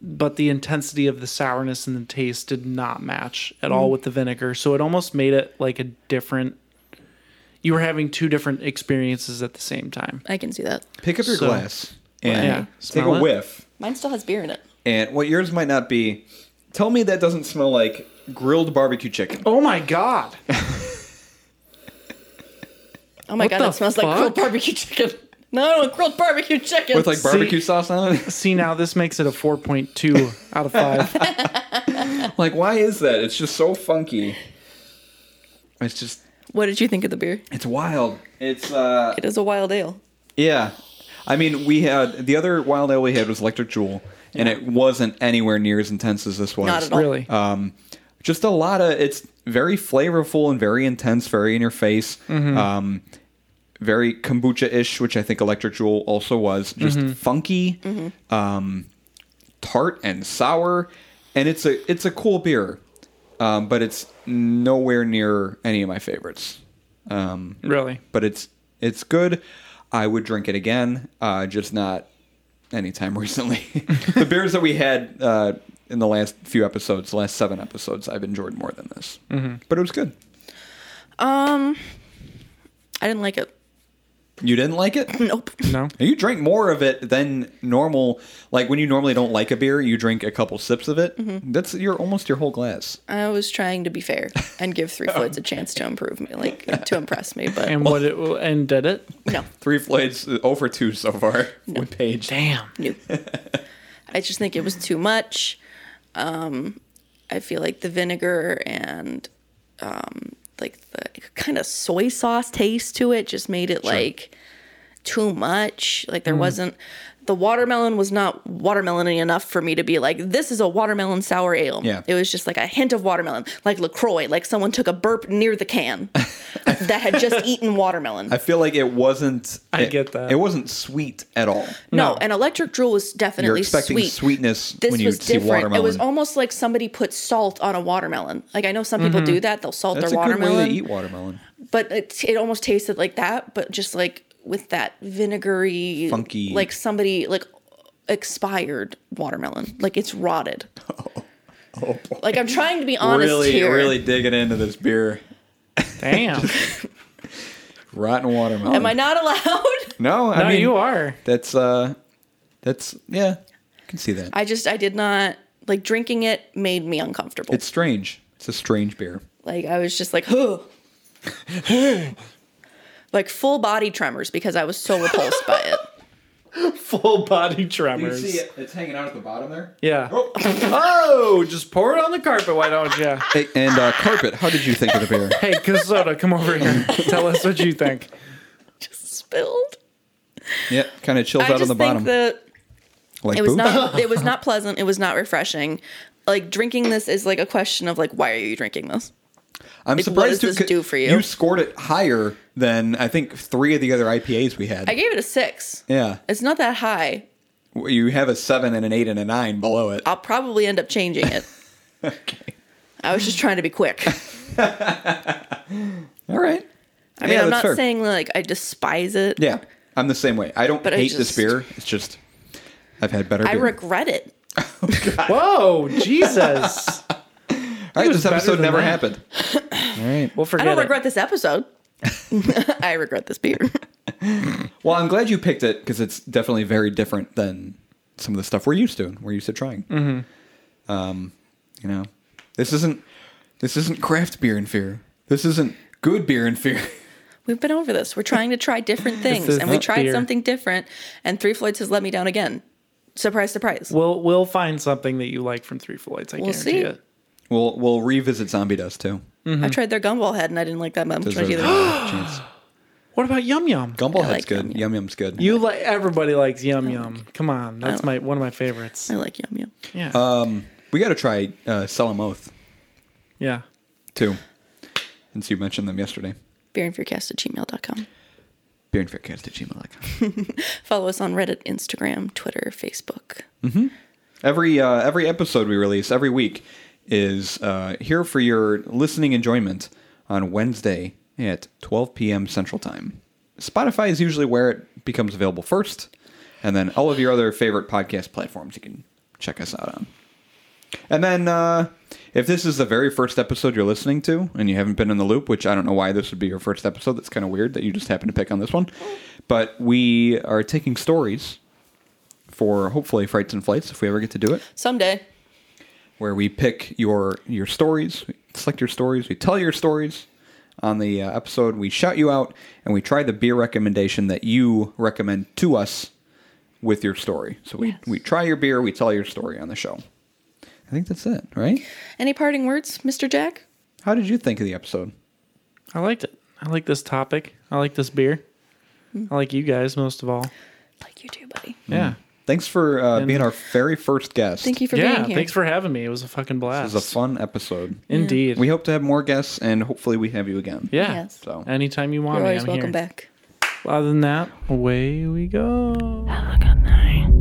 S1: but the intensity of the sourness and the taste did not match at all with the vinegar. So it almost made it like a different. You were having two different experiences at the same time.
S2: I can see that.
S3: Pick up your
S1: so-
S3: glass and
S1: Yeah.
S3: take
S1: Smell
S3: a
S1: it.
S3: whiff.
S2: Mine still has beer in it.
S3: And what yours might not be. Tell me that doesn't smell like grilled barbecue chicken.
S1: Oh my god!
S2: Oh my
S1: What
S2: god,
S1: the
S2: it smells
S1: fuck?
S2: like grilled barbecue chicken. No, grilled barbecue chicken.
S3: With like barbecue sauce on it.
S1: See now, this makes it a four point two out of five.
S3: Like, why is that? It's just so funky. It's just,
S2: what did you think of the beer?
S3: it's wild. It's, uh,
S2: It is a wild ale.
S3: yeah. I mean, we had the other wild ale we had was Electric Jewel, and it wasn't anywhere near as intense as this was.
S2: Not at all.
S1: really? Uh,
S3: Um, just a lot of it's very flavorful and very intense, very in your face, um, very kombucha ish, which I think Electric Jewel also was. Just funky, um, tart and sour, and it's a it's a cool beer, um, but it's nowhere near any of my favorites. Um,
S1: really?
S3: but it's it's good. I would drink it again, uh, just not anytime recently. the beers that we had uh, in the last few episodes, last seven episodes, I've enjoyed more than this.
S1: Mm-hmm.
S3: But it was good.
S2: Um, I didn't like it.
S3: You didn't like it?
S2: Nope.
S1: No.
S3: You drank more of it than normal. Like when you normally don't like a beer, you drink a couple sips of it. That's your almost your whole glass.
S2: I was trying to be fair and give Three Floyds a chance to improve me, like to impress me, but
S1: And what it and did it?
S2: no,
S3: Three Floyds uh, over two so far. One page.
S1: Damn.
S2: no. I just think it was too much. Um, I feel like the vinegar and um, like the kind of soy sauce taste to it just made it like too much. Like
S3: Mm.
S2: there wasn't the watermelon was not watermelony enough for me to be like, this is a watermelon sour ale.
S3: Yeah.
S2: It was just like a hint of watermelon, like LaCroix, like someone took a burp near the can that had just eaten watermelon.
S3: I feel like it wasn't.
S1: I
S3: it-
S1: get that.
S3: It wasn't sweet at all.
S2: no,
S1: no.
S2: an electric drool was
S3: You're
S2: definitely
S3: expecting
S2: sweet.
S3: sweetness
S2: This
S3: when you
S2: was
S3: see
S2: different.
S3: watermelon.
S2: It was almost like somebody put salt on a watermelon. Like I know some people do that; they'll salt
S3: Mm-hmm. That's a
S2: their watermelon.
S3: good way to eat watermelon.
S2: but it, it almost tasted like that, but just like with that vinegary,
S3: Funky.
S2: like somebody like expired watermelon, like it's rotted.
S3: Oh.
S2: Like I'm trying to be honest here.
S3: digging into this beer.
S1: Damn.
S3: Rotten watermelon.
S2: Am I not allowed?
S3: No, I
S1: no,
S3: mean
S1: you are.
S3: That's uh, that's yeah. I can see that.
S2: I just I did not like drinking it made me uncomfortable.
S3: it's strange. It's a strange beer.
S2: like I was just like, huh. like full body tremors because I was so repulsed by it.
S1: Full body tremors.
S3: it, it's hanging out at the bottom there. Oh,
S1: Yeah. Oh. just pour it on the carpet. Why don't you?
S3: and uh, carpet. How did you think of the beer?
S1: Hey, Kazoda, come over here. Tell us what you think.
S2: Spilled.
S3: Yeah, kind of chills
S2: I
S3: out on
S2: just
S3: the
S2: think
S3: bottom.
S2: that
S3: like
S2: it was
S3: poop.
S2: not it was not pleasant it was not refreshing like drinking this is like a question of like why are you drinking this Like,
S3: I'm
S2: what
S3: surprised
S2: does
S3: too,
S2: this
S3: 'cause
S2: do for you?
S3: You scored it higher than I think three of the other IPAs we had.
S2: i gave it a six
S3: yeah,
S2: it's not that high
S3: you have a seven and an eight and a nine below it.
S2: i'll probably end up changing it
S3: Okay.
S2: i was just trying to be quick
S3: All right.
S2: i mean i'm not saying like i despise it
S3: Yeah, I'm the same way. I don't
S2: But I
S3: hate this
S2: just-
S3: beer. It's just I've had better.
S2: i
S3: beer.
S2: regret it
S1: Whoa, Jesus.
S3: All right,
S1: was
S3: this
S1: better
S3: episode
S1: than
S3: never
S1: that.
S3: happened. All right.
S1: We'll forget
S2: i don't
S1: it.
S2: regret this episode i regret this beer
S3: Well, I'm glad you picked it because it's definitely very different than some of the stuff we're used to. and We're used to trying. Um,
S1: Mm-hmm.
S3: you know, this isn't this isn't craft beer and fear. This isn't good beer and fear.
S2: we've been over this we're trying to try different things
S1: is
S2: and we
S1: not
S2: tried
S1: beer.
S2: something different and three floyds has let me down again surprise surprise
S1: We'll we'll find something that you like from Three Floyds. I
S2: We'll
S1: guarantee
S2: see.
S1: it.
S3: we'll we'll revisit Zombie Dust too.
S2: i tried their gumball head and i didn't like that much
S3: Deserves
S2: either
S3: another chance.
S1: What about Yum Yum?
S3: Gumball
S2: I
S3: Head's
S2: like
S3: good.
S2: Yum Yum.
S3: Yum, Yum's good.
S1: You like everybody likes Yum Yum. Come on, that's
S2: don't-
S1: my one of my favorites.
S2: i like yum yum
S1: Yeah,
S3: um, we got to try uh, Selim Oath
S1: yeah.
S3: too, since you mentioned them yesterday.
S2: beerandfearcast at gmail.com.
S3: Beer and fear cast at gmail.com.
S2: Follow us on Reddit, Instagram, Twitter, Facebook.
S3: Every uh, every episode we release every week is uh, here for your listening enjoyment on Wednesday at 12 p.m. Central Time. Spotify is usually where it becomes available first, and then all of your other favorite podcast platforms you can check us out on. And then, uh, if this is the very first episode you're listening to and you haven't been in the loop, which I don't know why this would be your first episode, that's kind of weird that you just happen to pick on this one. But we are taking stories for hopefully Frights and Flights if we ever get to do it,
S2: Someday.
S3: where we pick your your stories, we select your stories, we tell your stories on the uh, episode, we shout you out, and we try the beer recommendation that you recommend to us with your story. So we,
S2: Yes.
S3: we try your beer, we tell your story on the show. I think that's it, right?
S2: Any parting words, Mr. Jack?
S3: How did you think of the episode?
S1: I liked it. I like this topic. I like this beer. I like you guys most of all.
S2: Like Hmm. you too, buddy.
S3: Hmm.
S1: Yeah,
S3: Thanks for uh, being our very first guest.
S2: Thank you for
S1: yeah.
S2: being here.
S1: Thanks for having me. It was a fucking blast.
S3: This is a fun episode.
S1: Indeed.
S3: We hope to have more guests, and hopefully we have you again.
S1: yeah.
S2: Yes.
S3: So.
S1: Anytime you want
S2: You're
S1: me,
S2: always
S1: I'm
S2: welcome
S1: here.
S2: back.
S1: Other than that, away we go.
S2: Have a good night.